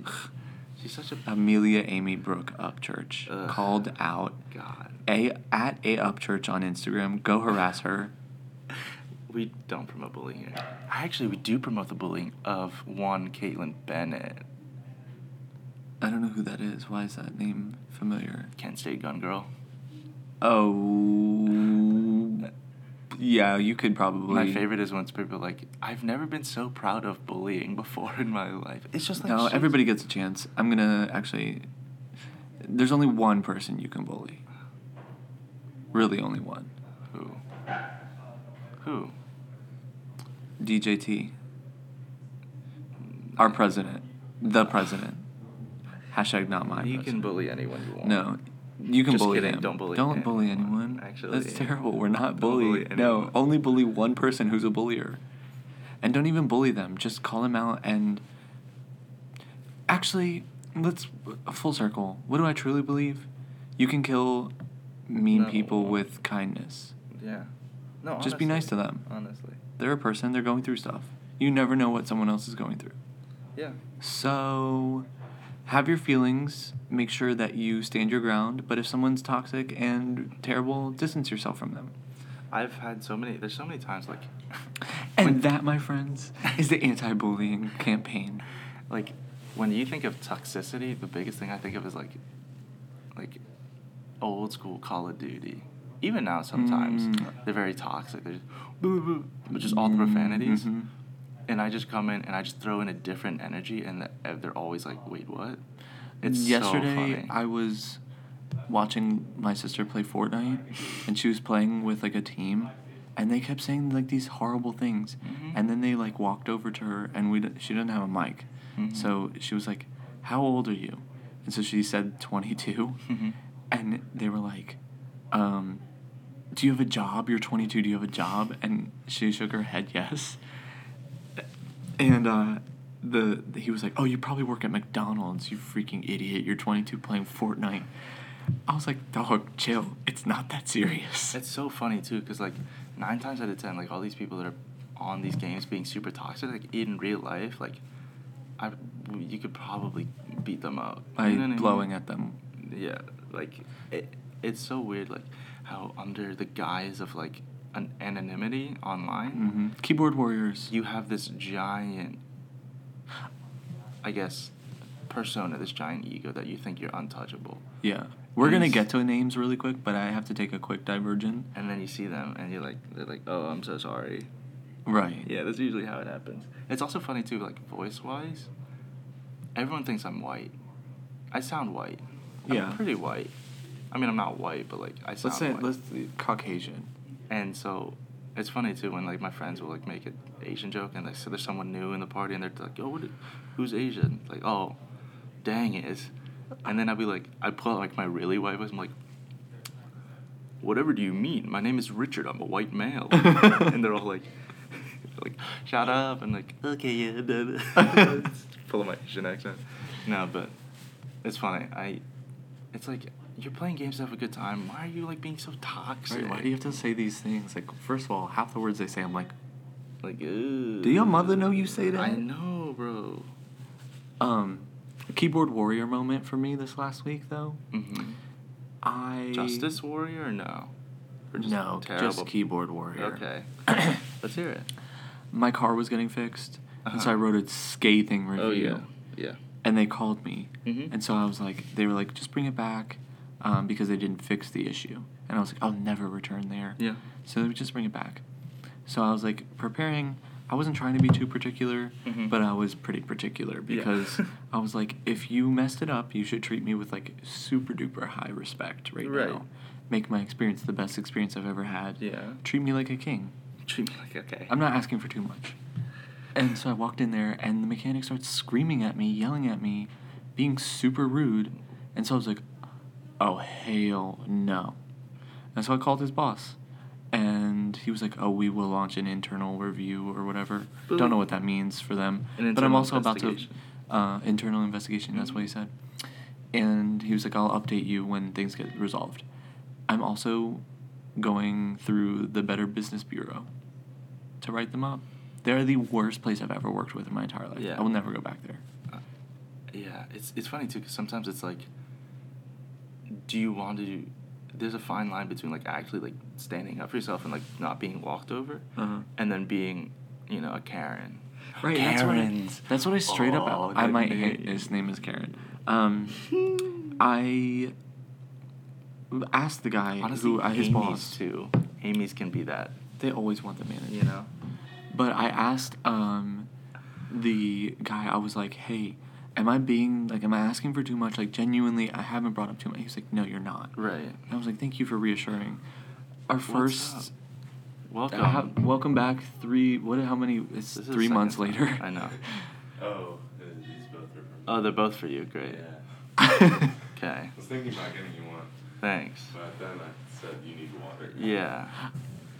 she's such a Amelia Amy Brooke Upchurch Ugh. called out God. a at a Upchurch on Instagram. Go harass her. We don't promote bullying here. Actually, we do promote the bullying of one Caitlin Bennett, I don't know who that is. Why is that name familiar? Kent State gun girl. Oh, yeah, you could probably. My favorite is when it's people like, I've never been so proud of bullying before in my life. It's just like no, she's- everybody gets a chance. I'm gonna actually. There's only one person you can bully. Really, only one. who, who, DJT. Our president, the president. Hashtag not my. you can president. bully anyone you want. No, you can Just bully kidding, him. don't bully Don't anyone, bully anyone. actually. that's terrible. We're not Don't bully bullying. no, anyone. only bully one person who's a bullier, and don't even bully them. Just call them out and. Actually, let's full circle. What do I truly believe? You can kill mean No. people with kindness. Yeah. No. Just be honestly. nice to them. Honestly. They're a person. They're going through stuff. You never know what someone else is going through. Yeah. So, have your feelings. Make sure that you stand your ground. But if someone's toxic and terrible, distance yourself from them. I've had so many. There's so many times like. And when- that, my friends, is the anti-bullying campaign. Like, when you think of toxicity, the biggest thing I think of is like, like, old school Call of Duty. Even now, sometimes Mm. they're very toxic. They're just, boo, boo, boo, but just all the profanities. Mhm. And I just come in and I just throw in a different energy, and the- and they're always like, "Wait, what?" It's so Yesterday, funny. I was watching my sister play Fortnite, and she was playing with like a team, and they kept saying like these horrible things, Mhm. and then they like walked over to her, and we d- she didn't have a mic, Mhm. so she was like, "How old are you?" And so she said twenty two, Mhm. and they were like, um, "Do you have a job? You're twenty two. Do you have a job?" And she shook her head yes. And uh, the he was like, "Oh, you probably work at McDonald's, you freaking idiot! You're 22 playing Fortnite." I was like, "Dog, chill. It's not that serious." It's so funny too, because like nine times out of ten, like all these people that are on these games being super toxic, like in real life, like I, you could probably beat them up by You know what I blowing mean? at them. Yeah, like it, it's so weird, like how under the guise of like an anonymity online, hmm Keyboard warriors. you have this giant, I guess, persona, this giant ego that you think you're untouchable, yeah. We're gonna Yes. get to names really quick, but I have to take a quick divergent. and then you see them and you're like, they're like, oh, I'm so sorry. Right. Yeah, that's usually how it happens. It's also funny too, like voice wise, everyone thinks I'm white. I sound white. Yeah. I'm pretty white. I mean, I'm not white, but like I sound Let's say white. let's Caucasian. And so it's funny too when like my friends will like make an Asian joke and like so there's someone new in the party and they're like, "Yo, what? i- Who's Asian?" Like, "Oh, dang is." And then I'd be like, I pull out like my really white voice. I'm like, "Whatever do you mean? My name is Richard. I'm a white male." and they're all like, "Like, shut up!" And like, "Okay, yeah." duh, duh." Full of my Asian accent. No, but it's funny. I, it's like you're playing games to have a good time. Why are you like being so toxic? Right, why do you have to say these things? Like, first of all, half the words they say, I'm like, Like, ooh. Do your mother know you say that? I know, bro. um, keyboard warrior moment for me this last week though. hmm I Justice Warrior or no? Or no, just keyboard warrior. Okay. Let's hear it. My car was getting fixed, and so Uh-huh. I wrote a scathing review. Oh, yeah. Yeah. and they called me Mhm. and so i was like they were like just bring it back um, because they didn't fix the issue and i was like i'll never return there Yeah. so they would just bring it back so i was like preparing i wasn't trying to be too particular Mhm. but i was pretty particular Yeah. because i was like if you messed it up you should treat me with like super duper high respect right, Right. now make my experience the best experience i've ever had Yeah. treat me like a king Treat me like, okay. I'm not asking for too much. And so I walked in there, and the mechanic starts screaming at me, yelling at me, being super rude. And so I was like, oh, hell no. And so I called his boss, and he was like, oh, we will launch an internal review or whatever. But Don't know like- what that means for them. An But I'm internal also about to. investigation. Uh, internal investigation, that's what he Mhm. said. And he was like, I'll update you when things get resolved. I'm also going through the Better Business Bureau to write them up. They're the worst place I've ever worked with in my entire life. Yeah. I will never go back there. Uh, yeah, it's it's funny too because sometimes it's like, do you want to? do There's a fine line between like actually like standing up for yourself and like not being walked over, Uh-huh. and then being, you know, a Karen. Right, that's what, I, Karens. that's what I straight Oh, up. I, that my name. aunt, his name is Karen. Um, Hmm. I asked the guy Honestly, who uh, his Amy's boss. too. Amy's can be that. They always want the manager. You know. But I asked um, the guy, I was like, hey, am I being, like, am I asking for too much? Like, genuinely, I haven't brought up too much. He was like, no, you're not. Right. And I was like, thank you for reassuring. Our What's first. up? Welcome. Uh, how- welcome back. Three, what, how many? It's This is the three second months time. later. I know. Oh, uh, these both are from. Oh, they're both for you. Great. Yeah. Okay. I was thinking about getting you one, Thanks. but then I said you need water. Yeah.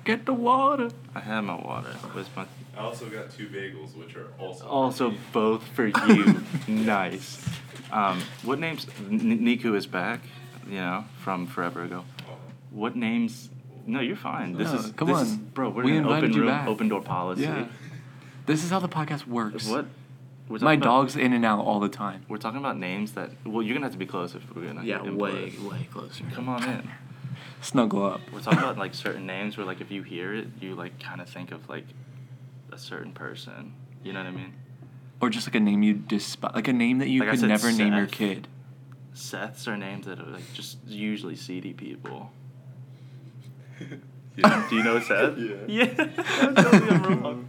Get the water. I had my water. Where's my? I also got two bagels, which are also. Also, from me. both for you. nice. Um, what names? N- Niku is back. You know, from forever ago. Oh, What names? No, you're fine. This No, is come this is- on. bro. We're We in an invited open you room, back. open door policy. Yeah. This is how the podcast works. What? We're My talking about- dog's in and out all the time. We're talking about names that. Well, you're gonna have to be close if we're gonna. implode. way closer. Come on in. Snuggle up. We're talking about like certain names where like if you hear it, you like kind of think of like a certain person. You know what I mean? Or just like a name you despise, like a name that you Like I could said, never name your Seth. kid. Seths are names that are like just usually seedy people. yeah. Do you know Seth? Yeah. Yeah. Tell me I'm wrong.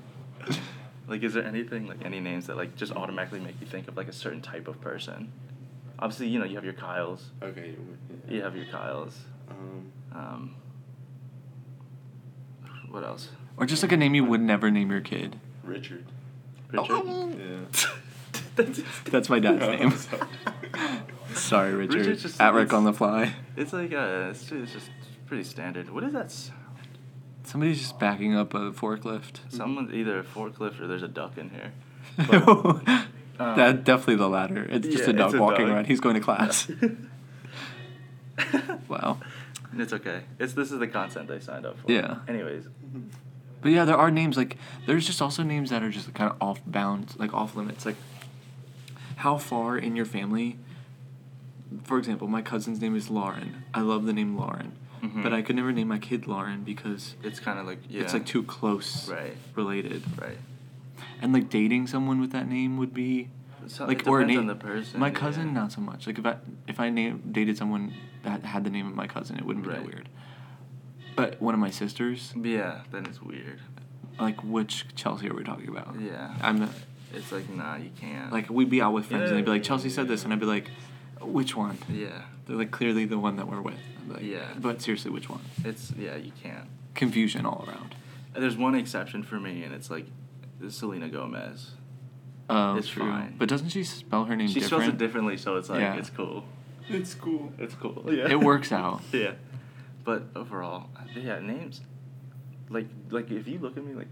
Like, is there anything like any names that like just automatically make you think of like a certain type of person? Obviously, you know you have your Kyles. Okay. you- You have your Kyles. Um, Uh. Um, what else? Or just like a name you would never name your kid. Richard. Richard. Yeah. That's, oh, That's my dad's No, name. sorry. Sorry, Richard. Richard's just- At Rick it's- on the fly. It's like uh, it's just, it's just pretty standard. What is that? Sound? Somebody's just backing up a forklift. Someone's either a forklift or there's a duck in here. um, that definitely the latter. It's just Yeah, a dog it's a walking dog. around. He's going to class. wow. It's okay. It's this is the content they signed up for. Yeah. Anyways, But yeah, there are names like there's just also names that are just kind of off bounds, like off limits. Like how far in your family? For example, my cousin's name is Lauren. I love the name Lauren, Mhm. but I could never name my kid Lauren because it's kind of like yeah. it's like too close Right. related. Right. And like dating someone with that name would be So like it or depends name on the person. My yeah. cousin, not so much. Like if I if I name, dated someone that had the name of my cousin, it wouldn't be that Right. weird. But one of my sisters, Yeah, then it's weird. like which Chelsea are we talking about? Yeah. I'm It's like, nah, you can't. Like we'd be out with friends and they'd be like, Yeah. Chelsea said this, and I'd be like, which one? Yeah. They're like clearly the one that we're with. I'm like, Yeah. But seriously, which one? It's yeah, you can't. Confusion all around. There's one exception for me, and it's like Selena Gomez. Oh, It's true. fine. But doesn't she spell her name she different? spells it differently, so it's like Yeah. it's cool. It's cool. It's cool. Yeah. It works out. yeah. But overall, yeah, names. Like like if you look at me like,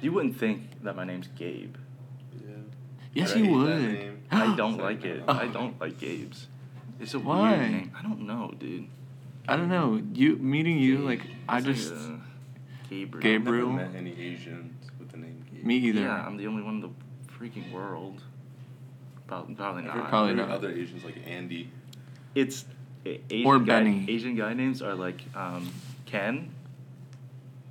you wouldn't think that my name's Gabe. Yeah. Yes, I you hate that would. name. I don't like it. I Oh. don't like Gabe's. It's a Why? weird name. I don't know, dude. I don't know. You meeting you Gabe. like I It's like just a Gabriel. I've never Gabriel. met any Asians with the name Gabe. me either. Yeah, I'm the only one in the freaking world. Prob- Probably I've heard- not. Probably heard not. Other Asians like Andy. It's a- Asian Or guy, Benny. Asian guy names are like um, Ken,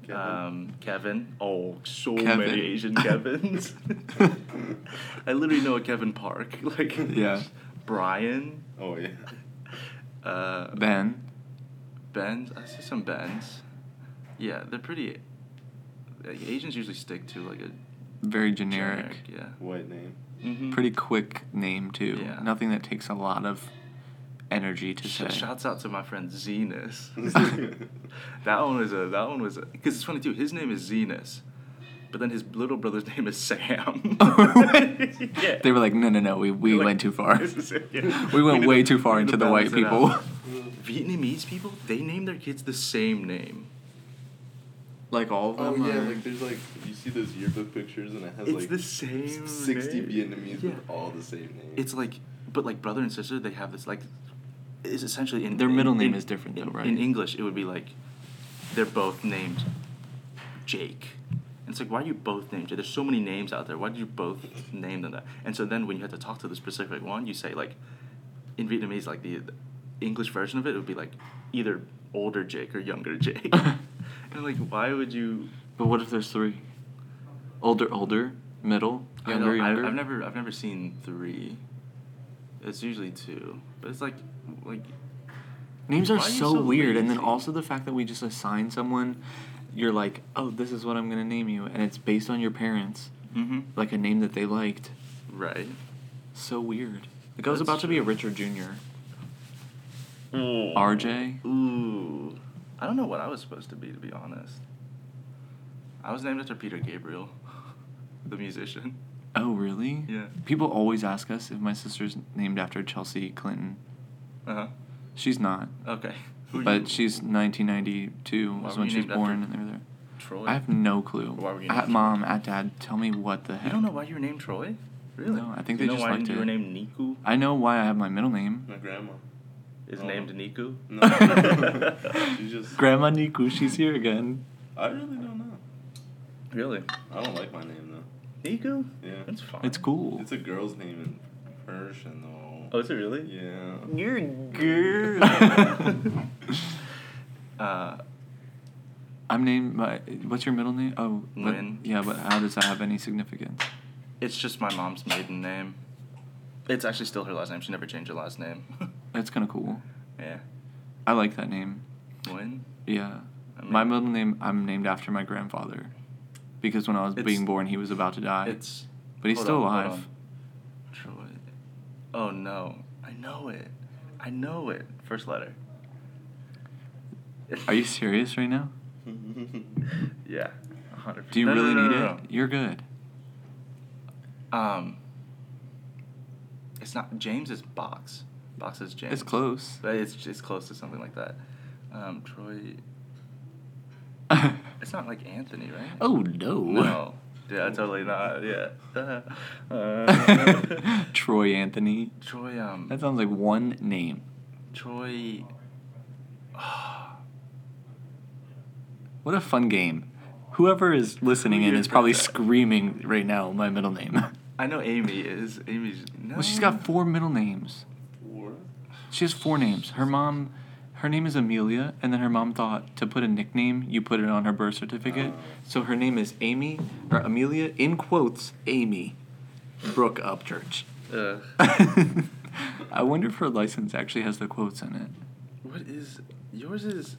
Kevin. Um, Kevin. Oh, so Kevin. many Asian Kevins. I literally know a Kevin Park. Like Yeah. Brian, oh yeah. uh, Ben. Ben's. I see some Ben's. Yeah, they're pretty. Like, Asians usually stick to like a Very generic. yeah. White name. Mhm. Pretty quick name too. Yeah. Nothing that takes a lot of energy to Sh- say. Shouts out to my friend Zenas. that one was a that one was because it's funny too. His name is Zenas, but then his little brother's name is Sam. Yeah. They were like, no, no, no, we, we They're like, went too far. "This is it." Yeah. We went need to- way too far we need into to the balance white it people. out. Vietnamese people, they name their kids the same name. Like all of Oh them. yeah, are- like there's like you see those yearbook pictures and it has It's like the same sixty name. Vietnamese Yeah. with all the same name. It's like, but like brother and sister, they have this like, is essentially in Their middle in- name in- is different though, in- right? In English, it would be like, they're both named Jake. And it's like, why are you both named? Jake? There's so many names out there. Why did you both name them that? And so then when you had to talk to the specific one, you say like, in Vietnamese, like the, the English version of it would be like, either older Jake or younger Jake. and like, why would you? But what if there's three? Older, older, middle, I younger, don't- I- younger. I've never I've never seen three. It's usually two, but it's like like Names are Why are you so so weird, and then lazy? also the fact that we just assign someone, you're like, oh, this is what I'm gonna name you, and it's based on your parents, mm-hmm. like a name that they liked. right. So weird. Like I was That's about to be a true. Richard Jr. RJ. Ooh, I don't know what I was supposed to be to be honest. I was named after Peter Gabriel, the musician. Oh really? Yeah. People always ask us if my sister's named after Chelsea Clinton. Uh huh. She's not, Okay. Who but you- she's 1992 Why was were when you she was named after born, and they were there. Troy. I have no clue. Why were you At named mom, at dad, tell me what the heck. You don't know why you were named Troy? Really? No, I think Do you know they just why liked you it. were named Niku. I know why I have my middle name. my grandma. Is Oh. named Niku. No. She just- Grandma Niku, she's here again. I really don't know. Really? I don't like my name Niku? though. Yeah. That's fine. It's cool. It's a girl's name in Persian though. Oh, is it really? Yeah. You're girl. uh, I'm named. My, what's your middle name? Oh, what- Nguyen. yeah, but how does that have any significance? it's just my mom's maiden name. It's actually still her last name. She never changed her last name. That's kind of cool. yeah. I like that name. When? Yeah. I my mean- middle name, I'm named after my grandfather, because when I was It's- being born, he was about to die. It's. but he's hold on, still alive. hold on. Troy. Oh no! I know it. I know it. First letter. Are you serious right now? yeah. a hundred Do you percent. No, really no, no, need no, it? no, You're good. no. Um. It's not James. Is box. Box is James. It's close. But it's it's close to something like that. Um, Troy. It's not like Anthony, right? oh no. No. Yeah, totally not. Yeah. Uh, Troy Anthony. Troy. Um. That sounds like one name. Troy. What a fun game. Whoever is listening in Weird is probably that- screaming right now my middle name. I know Amy is. Amy's. No. Well, she's got four middle names. Or She has four names. Her mom, her name is Amelia, and then her mom thought to put a nickname, you put it on her birth certificate. Oh. So her name is Amy, or Amelia, in quotes, Amy Brooke Upchurch. Ugh. I wonder if her license actually has the quotes in it. what is yours? Is.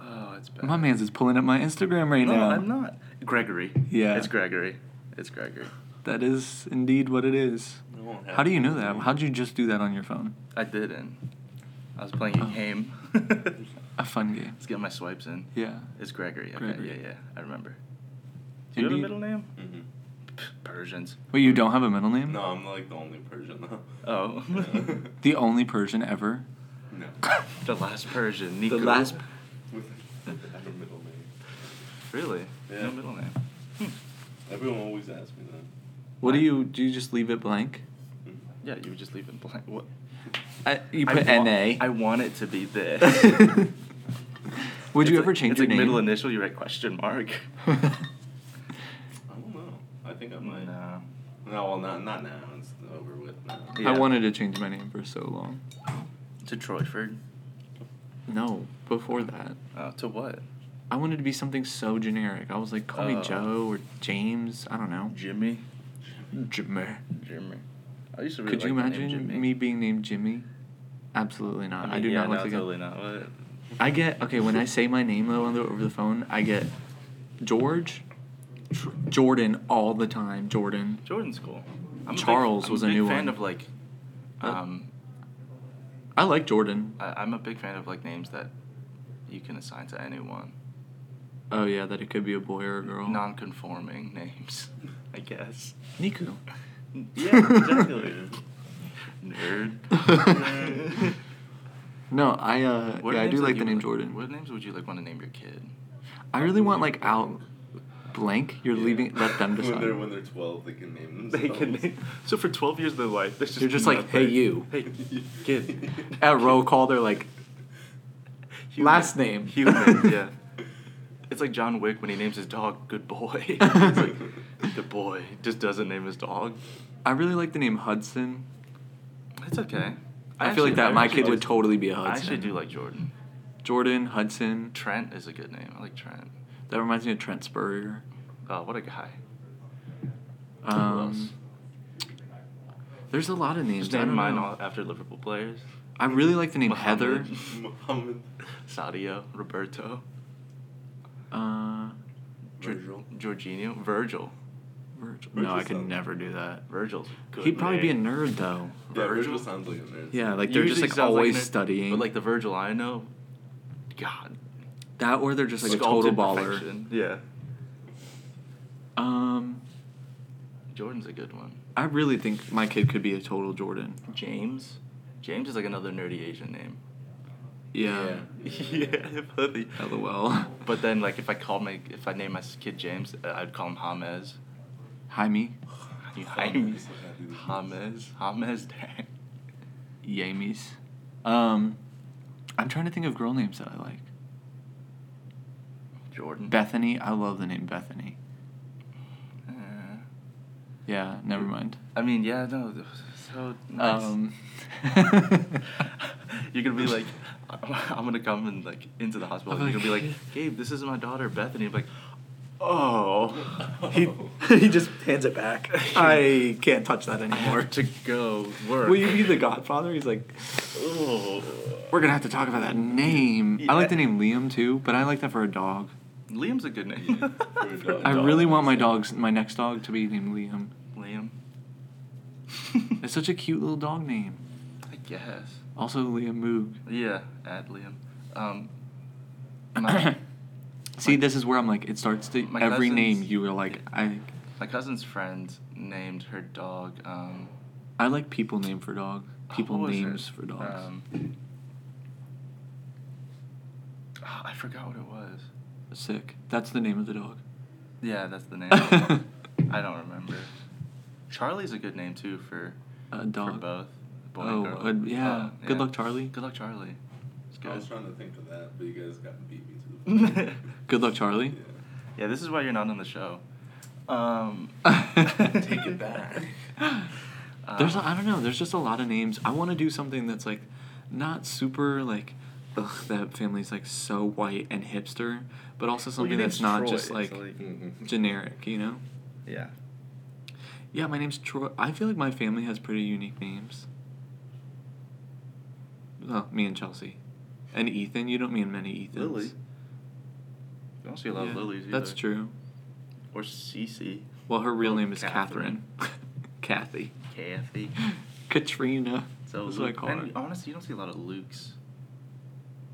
Oh, it's bad. My man's is pulling up my Instagram right no, now. I'm not. Gregory. Yeah. It's Gregory. It's Gregory. That is indeed what it is. It won't How do you know happen. that? How'd you just do that on your phone? I didn't. I was playing a Oh. game. A fun game. Let's get my swipes in. Yeah. It's Gregory. Okay, Gregory. yeah, yeah. I remember. Do you have a Indeed. middle name? Mhm. Pff, Persians. Wait, you don't have a middle name? No, I'm like the only Persian though. Oh. The only Persian ever. no. The last Persian. The Nico. last- With, without a middle name. Really? Yeah. No middle name. Hmm. Everyone always asks me that. What do you do? You just leave it blank. Mhm. Yeah, you would just leave it blank. What? I, you I put wa- N I A. want it to be this. It's Would you like- ever change it's like your name? middle initial, you write question mark. I don't know. I think I might. No, no. well, not not now. It's over with now. Yeah. I wanted to change my name for so long. To Troyford. No, before that, Uh, to what? I wanted to be something so generic. I was like, call me Oh. Joe or James. I don't know. Jimmy. Jimmy. Jimmy. I used to really Could you like the name imagine Jimmy. me being named Jimmy? Absolutely I, not. I, mean, do yeah, not no, like to totally go. not. What? I get okay when I say my name though on the, over the phone. I get George, Tr- Jordan all the time. Jordan. Jordan's cool. I'm a big- Charles I'm was a a big new fan one. of like, Uh, um, I like Jordan. I, I'm a big fan of like names that you can assign to anyone. Oh yeah, that it could be a boy or a girl. Non-conforming names, I guess. Niku. Yeah, exactly. Nerd. No, I uh What yeah, I names do that like you the name would- Jordan. What names would you like want to name your kid? I really want like out blank. You're Yeah. leaving. Let them when they're when decide. they're twelve, they can name They themselves. can name, so for 12 years of their life, they're just You're just like, nothing. "Hey, you." hey kid, At roll call, they're like, Human. Last name. human, yeah. It's like John Wick when he names his dog Good Boy. it's like the boy just doesn't name his dog. I really like the name Hudson. It's okay. I, feel actually- like that my actually kid would do- totally be a I Hudson. actually do like Jordan. Jordan Hudson. Trent is a good name. I like Trent. That reminds me of Trent Spurrier. Oh, what a guy. Who else? Um, there's a lot of names. Just I name don't mine know. all after Liverpool players. I really like the name Heather. Mohammed. Muhammad, Sadio, Roberto, Uh, Virgil. Jorginho, Virgil. Virgil. Virgil's No, I could not- never do that. Virgil's. good He'd probably be a name. nerd though. Yeah, Virgil? Virgil sounds like a nerd. Yeah, like they're Usually just like sounds always a nerd, studying. But like the Virgil I know, God. that, or they're just like a total sculpted baller. perfection. Yeah. Um, Jordan's a good one. I really think my kid could be a total Jordan. James. James is like another nerdy Asian name. Yeah. yeah, buddy. LOL. But then, like, if I called my, if I named my kid James, uh, I'd call him James. Jaime. James. James, like I do with James. James, dang. Yamies. Um, I'm trying to think of girl names that I like. Jordan. Bethany. I love the name Bethany. Uh, Yeah. Never Mm. mind. I mean, yeah, no, th- so nice. Um. You're gonna be like, I'm gonna come and like into the hospital. I'm and you're gonna like- be like, Gabe, this is my daughter Bethany. I'm like, oh, He, he just hands it back. I can't touch that I anymore. have to go work. Will you be the godfather? He's like, Oh. we're gonna have to talk about that name. I like the name Liam too, but I like that for a dog. Liam's a good name. Yeah, for a I dog. really want my dogs, my next dog, to be named Liam. Liam. It's such a cute little dog name. I guess. Also, Liam Moog. Yeah, add Liam. Um, my, See, this is where I'm like, it starts to My every cousins- name you are like, I, my cousin's friend named her dog. Um, I like people name for dog, people what was names it? for dogs. Um, ah, I forgot what it was. Sick. That's the name of the dog. Yeah, that's the name. I don't remember. Charlie's a good name too for A for dog. both boy Oh, and girl. uh, yeah. Good luck, Charlie. Good luck, Charlie. It's I was good. trying to think of that, but you guys got beat me to the punch. Good luck, Charlie. Yeah. yeah, this is why you're not on the show. Um, Take it back. There's Um, I I don't know. There's just a lot of names. I want to do something that's like not super like ugh that family's like so white and hipster, but also Well, your something that's name's not Troy, just so, like mm-hmm. Mhm. generic, you know? yeah. Yeah, my name's Troy. I feel like my family has pretty unique names. Well, me and Chelsea, and Ethan. You don't mean many Ethans. Lily. You don't see a lot of Yeah, lilies. That's either. true. Or Cece. Well, her real Oh, name is Catherine. Catherine. Kathy. Kathy. Katrina. So That's what I Luke- call her. and honestly, you don't see a lot of Luke's.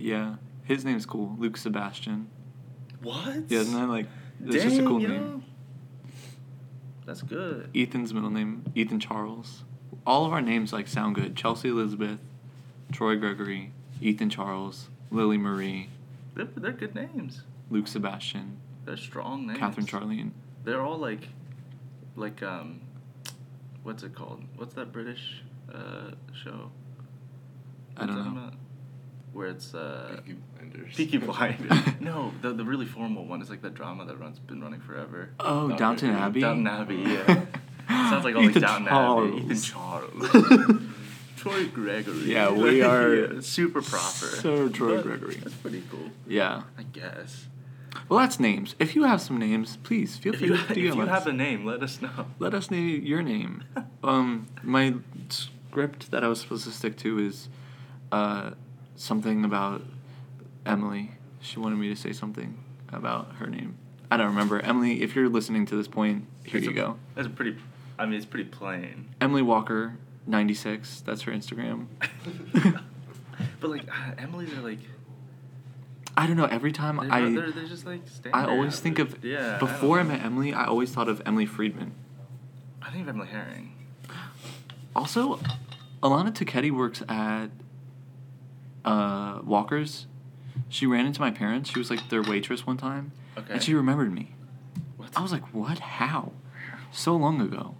Yeah. His name's cool. Luke Sebastian. What? Yeah, isn't that like that's just a Dang, cool yo. name. E That's good. Ethan's middle name, Ethan Charles. All of our names like sound good. Chelsea Elizabeth, Troy Gregory, Ethan Charles, Lily Marie, They're, they're good names. Luke Sebastian, They're strong names. Catherine Charlene. They're all like, like um, what's it called? What's that British uh show? I don't Talking know. about- Where it's uh, Peaky Blinders. Peaky Blinders. no, the the really formal one is like that drama that runs been running forever. Oh, Downton Downton Abbey. Abbey. Downton Abbey, yeah. Sounds like all like Ethan Downton Abbey. Ethan Charles. Charles. Troy Gregory. Yeah, we are Yeah, super proper. Sir Troy But Gregory. That's pretty cool, yeah. I guess. Well, that's names. If you have some names, please feel if free you, to if DM you us. have a name, let us know. Let us know your name. um, my script that I was supposed to stick to is uh, something about Emily. She wanted me to say something about her name. I don't remember. Emily, if you're listening to this point, here It's you a- go. That's a pretty. I mean, it's pretty plain. Emily Walker, 96. That's her Instagram. But like ah, Emily's are like. I don't know. Every time They're, I. they're, they're just like. I standard always think of average. Yeah. I don't before I know. met Emily, I always thought of Emily Friedman. I think of Emily Herring. Also, Alana Tuchetti works at uh, Walker's. She ran into my parents. She was like their waitress one time, Okay. and she remembered me. What? I was like, "What? How? So long ago."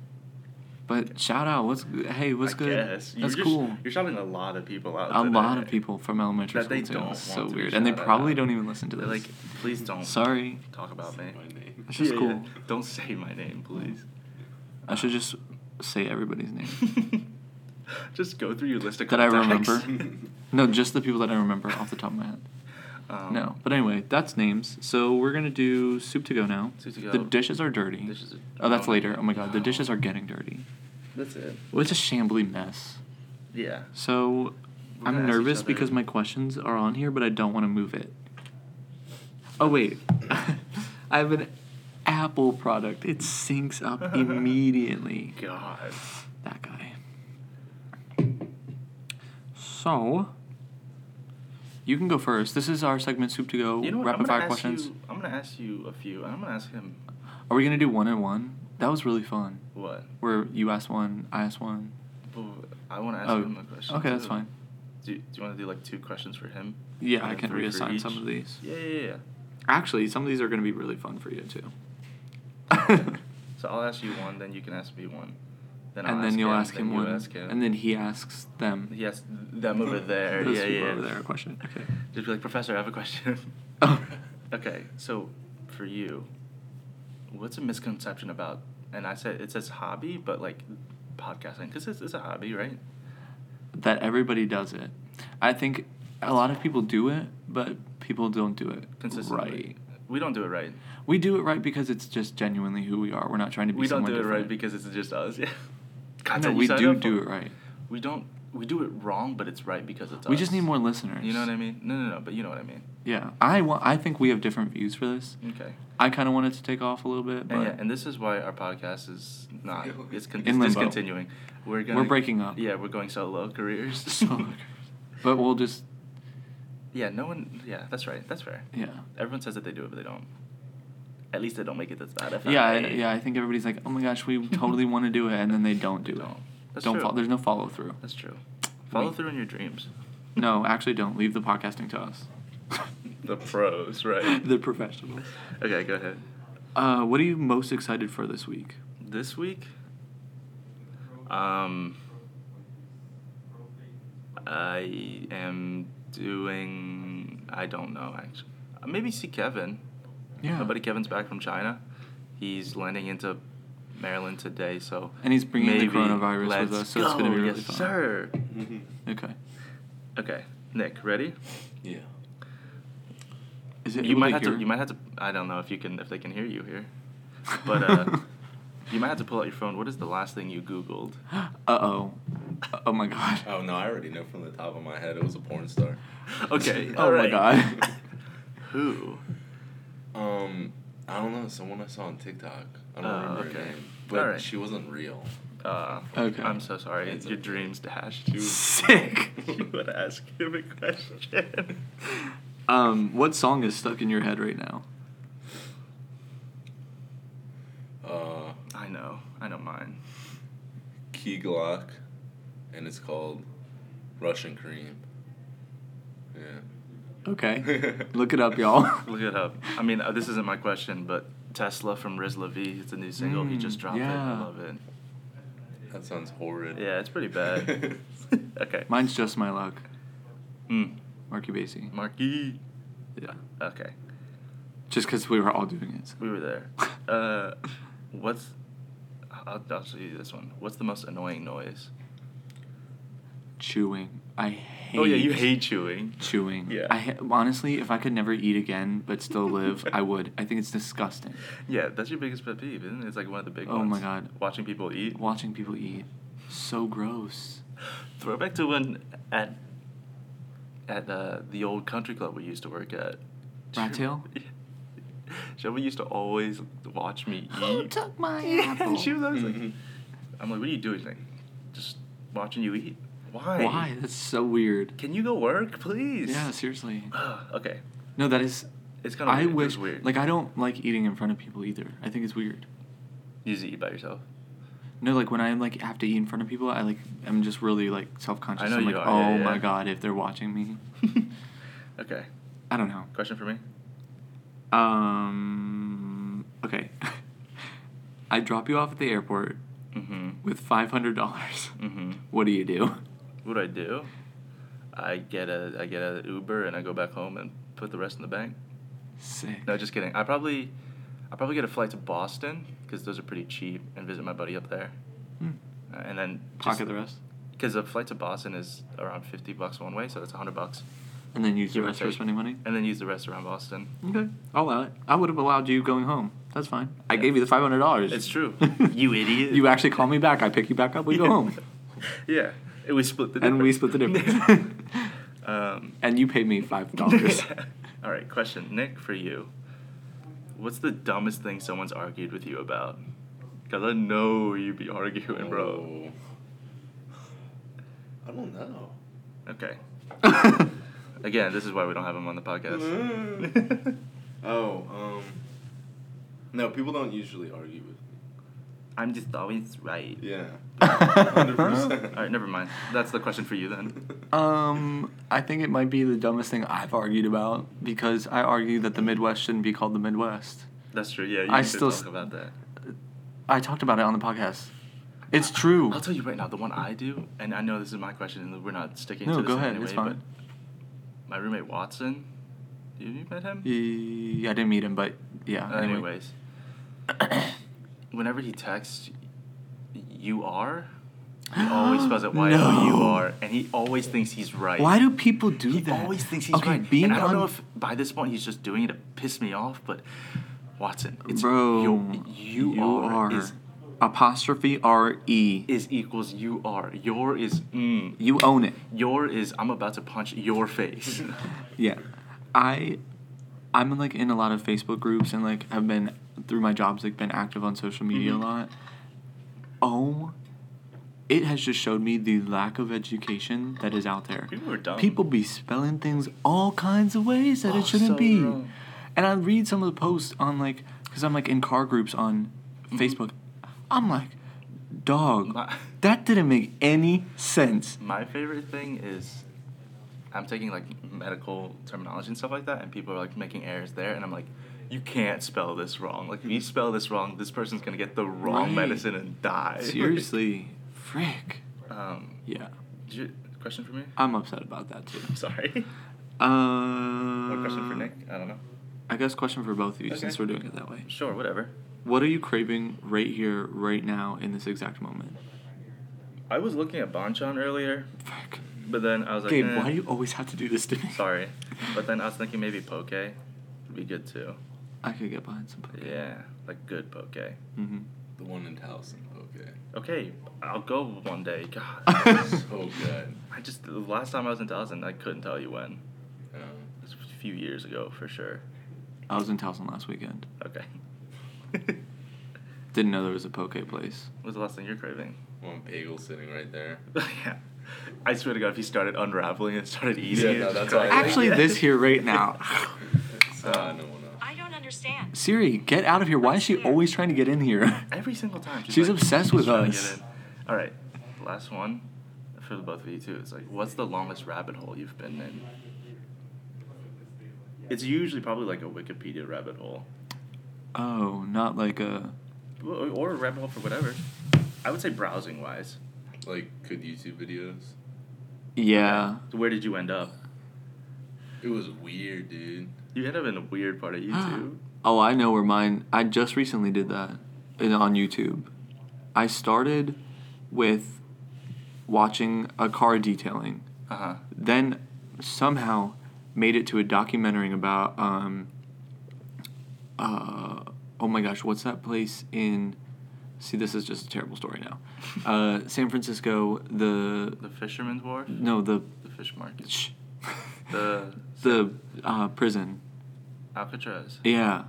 But shout out, what's hey, what's I good? guess. You're That's just- cool. You're shouting a lot of people out. A lot of today. people from elementary that school they too. don't It's so want to be weird, and they shouted probably out. don't even listen to They're this. like, please don't. Sorry, Talk about me. My name. It's just Yeah, cool. yeah. Don't say my name, please. I should just say everybody's name. just go through your list of That I contacts. remember. no, just the people that I remember off the top of my head. Um, No, but anyway, that's names. So we're gonna do soup to go now. Soup to go. The dishes are dirty. Dishes are- oh, that's oh. later. Oh my god, the Oh. dishes are getting dirty. That's it. Well, it's a shambly mess. Yeah. So We're gonna I'm ask each nervous other- because my questions are on here, but I don't want to move it. Oh wait, I have an Apple product. It syncs up immediately. God. That guy. So. You can go first. This is our segment, Soup to Go, You know what? rapid I'm gonna fire ask questions. You, I'm gonna ask you a few, and I'm gonna ask him Are we gonna do one and one? That was really fun. what. Where you asked one, I asked one. Well, I want to ask Oh, him a question. okay, that's too. fine. Do, do you want to do like two questions for him? Yeah, and I then can three for reassign each? some of these. Yeah, yeah, yeah. Actually, some of these are gonna be really fun for you too. So I'll ask you one, then you can ask me one, then I'll and then ask you'll him, ask then him you one, ask him. and then he asks them. he asked them over there. Those yeah, people yeah. over there a question. Okay. Just be like, Professor, I have a question. Oh. Okay, so for you, what's a misconception about? And I said it says hobby, but like podcasting, because it's, it's a hobby, right? that everybody does it. I think a lot of people do it, but people don't do it Consistently. right. We don't do it right. We do it right because it's just genuinely who we are. We're not trying to be We don't someone do it right different. because it's just us. Yeah. no, Content you we signed do up do for. it right. We don't. We do it wrong, but it's right because it's We us. just need more listeners. You know what I mean? No, no, no. But you know what I mean. Yeah, I want. I think we have different views for this. Okay. I kind of wanted to take off a little bit, but And yeah, and this is why our podcast is not. It's, con- In it's limbo. discontinuing. We're gonna, We're breaking up. Yeah, we're going solo careers. Solo careers. but we'll just Yeah, no one. Yeah, that's right. That's fair. yeah. Everyone says that they do it, but they don't. At least they don't make it this bad. if Yeah, I, I- yeah. I think everybody's like, "Oh my gosh, we totally want to do it," and then they don't do Don't. it. That's don't. true. Fo- there's no follow through. That's true. Follow We- through on your dreams. No, actually, don't leave the podcasting to us. The pros, right. the professionals. Okay, go ahead. Uh, what are you most excited for this week? This week, um, I am doing. I don't know actually. Uh, Maybe see Kevin. Yeah. My buddy Kevin's back from China. He's landing into Maryland today, so And he's bringing the maybe coronavirus with let's us, so it's gonna be go. really yes, fun. sir. Mm-hmm. Okay. Okay, Nick, ready? yeah. Is it you able might have hear? to. You might have to. I don't know if you can. If they can hear you here, but uh, you might have to pull out your phone. What is the last thing you Googled? Uh oh. Oh my god. Oh no, I already know from the top of my head it was a porn star. Okay. Oh my alright. god. Who? Um, I don't know. Someone I saw on TikTok. I don't Oh, remember her okay. name, but Alright. she wasn't real. Uh, Okay. I'm so sorry. It's Your okay. dreams dashed. Dude. Sick. you would ask him a question. Um, what song is stuck in your head right now? Uh, I know. I know mine. Key Glock, and it's called Russian Cream. Okay. Yeah. Look it up, y'all. Look it up. I mean, uh, this isn't my question, but Tesla from Riz Lavie. It's a new single. he Mm, just dropped it. I yeah. love it. That sounds horrid. Yeah, it's pretty bad. okay. Mine's just my luck. Mm. Marky Basie. Marky. Yeah. Okay. Just because we were all doing it. so. We were there. Uh, what's. I'll, I'll show you this one. What's the most annoying noise? Chewing. I hate. Oh, yeah, you hate chewing. chewing. Yeah. I ha- honestly, if I could never eat again but still live, I would. I think it's disgusting. Yeah, that's your biggest pet peeve, isn't it? It's like one of the big Oh my ones. God. Watching people eat. Watching people eat, so gross. Throwback to when at at uh, the old country club we used to work at. Rat Tail? Shelby used to always watch me eat. Who took my Yeah, apple? she was always like, Mhm. I'm like, what are you doing? She's like, just watching you eat. Why? Why? That's so weird. Can you go work, please? Yeah, seriously. okay. No, that is. It's kind of I weird. wish. It's weird. Like I don't like eating in front of people either. I think it's weird. you just eat by yourself. No, like when I like have to eat in front of people, I like I'm just really like self conscious. I know am you like, are, oh yeah, my yeah. god, if they're watching me, okay. I don't know. Question for me? Um. Okay. I drop you off at the airport Mm-hmm. with five hundred dollars. Mm-hmm. What do you do? What do I do? I get a I get a Uber and I go back home and put the rest in the bank. Sick. No, just kidding. I probably, I probably get a flight to Boston because those are pretty cheap, and visit my buddy up there, Hmm. uh, and then Pocket the rest, Because a flight to Boston is around fifty bucks one way, so that's hundred bucks, and then use the Give or rest for take. spending money. and then use the rest around Boston. Okay, I'll allow it. I would have allowed you going home. That's fine. I Yeah. gave you the five hundred dollars. It's true. You idiot. you actually call me back. I pick you back up. We go Yeah. home, Yeah, and we split the difference. and we split the difference. um, and you pay me five dollars. All right, question Nick for you. What's the dumbest thing someone's argued with you about? Cause I know you be arguing, bro. Oh. I don't know. Oh. Okay. Again, this is why we don't have him on the podcast. Mm. Oh, um. No, people don't usually argue with I'm just always right. me. Yeah. All right, never mind. That's the question for you then. Um, I think it might be the dumbest thing I've argued about because I argue that the Midwest shouldn't be called the Midwest. That's true. Yeah, you I should still talk s- about that. I talked about it on the podcast. It's true. I'll tell you right now, the one I do, and I know this is my question, and we're not sticking No, to this go in ahead. any It's way, fine. But my roommate Watson, you you met him? Yeah, I didn't meet him, but yeah. Uh, anyway. Anyways, whenever he texts, you are. He always spells it Y O U No. R, and he always thinks he's right. Why do people do he that? always thinks he's okay, right. Being and I don't on, know if by this point he's just doing it to piss me off, but Watson, it's bro, you, you, are, is apostrophe R E. is equals you are. Your is mm. You own it. Your is I'm about to punch your face. Yeah, I, I'm like in a lot of Facebook groups and like have been through my jobs like been active on social media Mhm. a lot. Oh, it has just showed me the lack of education that is out there. People are dumb. People be spelling things all kinds of ways that Oh, it shouldn't so be. wrong. And I read some of the posts on like because I'm like in car groups on Facebook. I'm like, dog, Mm-hmm. My- that didn't make any sense. My favorite thing is I'm taking like medical terminology and stuff like that, and people are like making errors there, and I'm like, you can't spell this wrong. Like if you spell this wrong, this person's gonna get the wrong Right. medicine and die. Seriously, frick. um, Yeah. Uh, did you, question for me? I'm upset about that too. I'm sorry. Uh, Or question for Nick? I don't know. I guess question for both of you Okay. since we're doing it that way. Sure, whatever. What are you craving right here, right now, in this exact moment? I was looking at Bonchon earlier, Frick. but then I was like, Gabe, eh, why do you always have to do this to me? sorry. But then I was thinking maybe poke would be good too. I could get behind some. Poke. Yeah, like good poke. hmm the one in Towson. Okay. Okay, I'll go one day. God. so good. I just the last time I was in Dawson, I couldn't tell you when. Um, It was a few years ago for sure. I was in Towson last weekend. Okay. Didn't know there was a poke place. What's the last thing you're craving? One bagel sitting right there. yeah. I swear to God, if he started unraveling and started eating, Yeah, it, no, just that's go why I like- Actually, this here right now. It's, uh, Ah, no one else. I don't understand. Siri, get out of here. Why is she always trying to get in here? Every single time. She's obsessed with trying to us. get in. All right, last one for the both of you too. It's like, what's the longest rabbit hole you've been in? It's usually probably like a Wikipedia rabbit hole, Oh, not like a. or or a rabbit hole for whatever. I would say browsing wise. Like, good YouTube videos. Yeah. Where did you end up? It was weird, dude. You end up in a weird part of E YouTube. Oh, I know where mine. I just recently did that in, on YouTube. I started with watching a car detailing, Uh huh. then somehow made it to a documentary about um. Uh, oh my gosh, what's that place in? See, this is just a terrible story now. Uh, San Francisco, the The Fisherman's Wharf. no the The fish market. Mm. shh, The the uh, prison. Alcatraz. Yeah,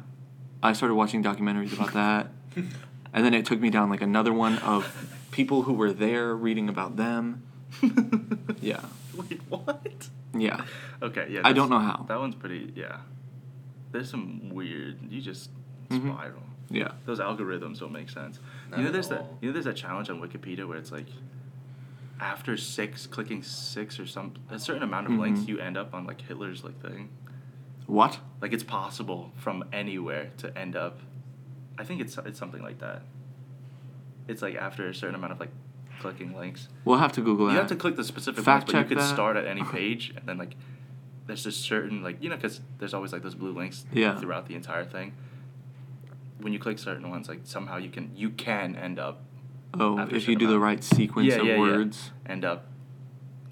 I started watching documentaries about that. And then it took me down like another one of people who were there reading about them. Yeah. Wait, what? Yeah. Okay, yeah. I that's- don't know how. That one's pretty, yeah. There's some weird. You just Mhm. spiral. Yeah. Those algorithms don't make sense. Not you know, at there's that. all. You know, there's a challenge on Wikipedia where it's like, after six, clicking six or some a certain amount of Mm-hmm. links, Mhm. you end up on like Hitler's like thing. What? Like it's possible from anywhere to end up. I think it's it's something like that. It's like after a certain amount of like clicking links, We'll have to Google that. you have to click the specific ones, Fact but you check could that. start at any page, and then like, there's just certain like you know because there's always like those blue links Yeah. throughout the entire thing. When you click certain ones, like somehow you can you can end up Oh, after a if you certain do the amount. right sequence Yeah, of yeah, yeah. words. end up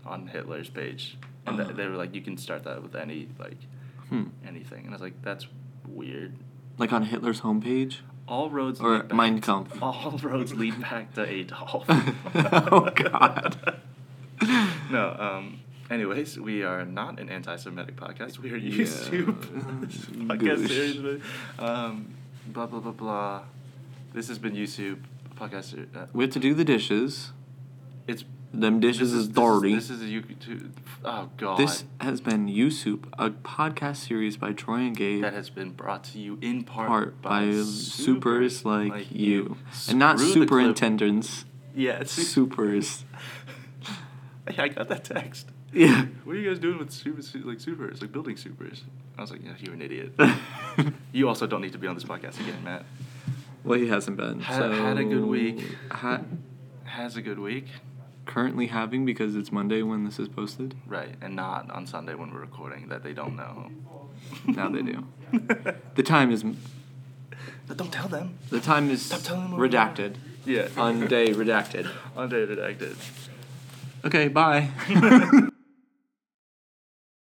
on Hitler's page, and th- Uh-huh. they were like you can start that with any like Hmm. anything, and I was like that's weird. Like on Hitler's homepage? All roads Or lead back. Mein Kampf. All roads lead back to Adolf. Oh, God. no. Um. Anyways, we are not an anti-Semitic podcast. We are used Yeah. to this podcast Goosh. series. with, Um. Blah blah blah blah. This has been YouTube podcast. ser- Uh, We have to do the dishes. it's Them dishes this is, this dirty. This is a YouTube. Oh God. This has been You Soup, a podcast series by Troy and Gabe. that has been brought to you in part, part by, supers like, you. Screw And not the clip. superintendents. Yeah, it's supers. I got that text. Yeah. What are you guys doing with super, su- like supers, like building supers? I was like, yeah, you're an idiot. you also don't need to be on this podcast again, Matt. well, he hasn't been. Had- had a good so- week. Ha- Has a good week, currently having because it's Monday when this is posted. right? And not on Sunday when we're recording that they don't know. Now they do. The time is But don't tell them. the time is Stop telling them what we redacted. Yeah, On day redacted. on day redacted. Okay, bye.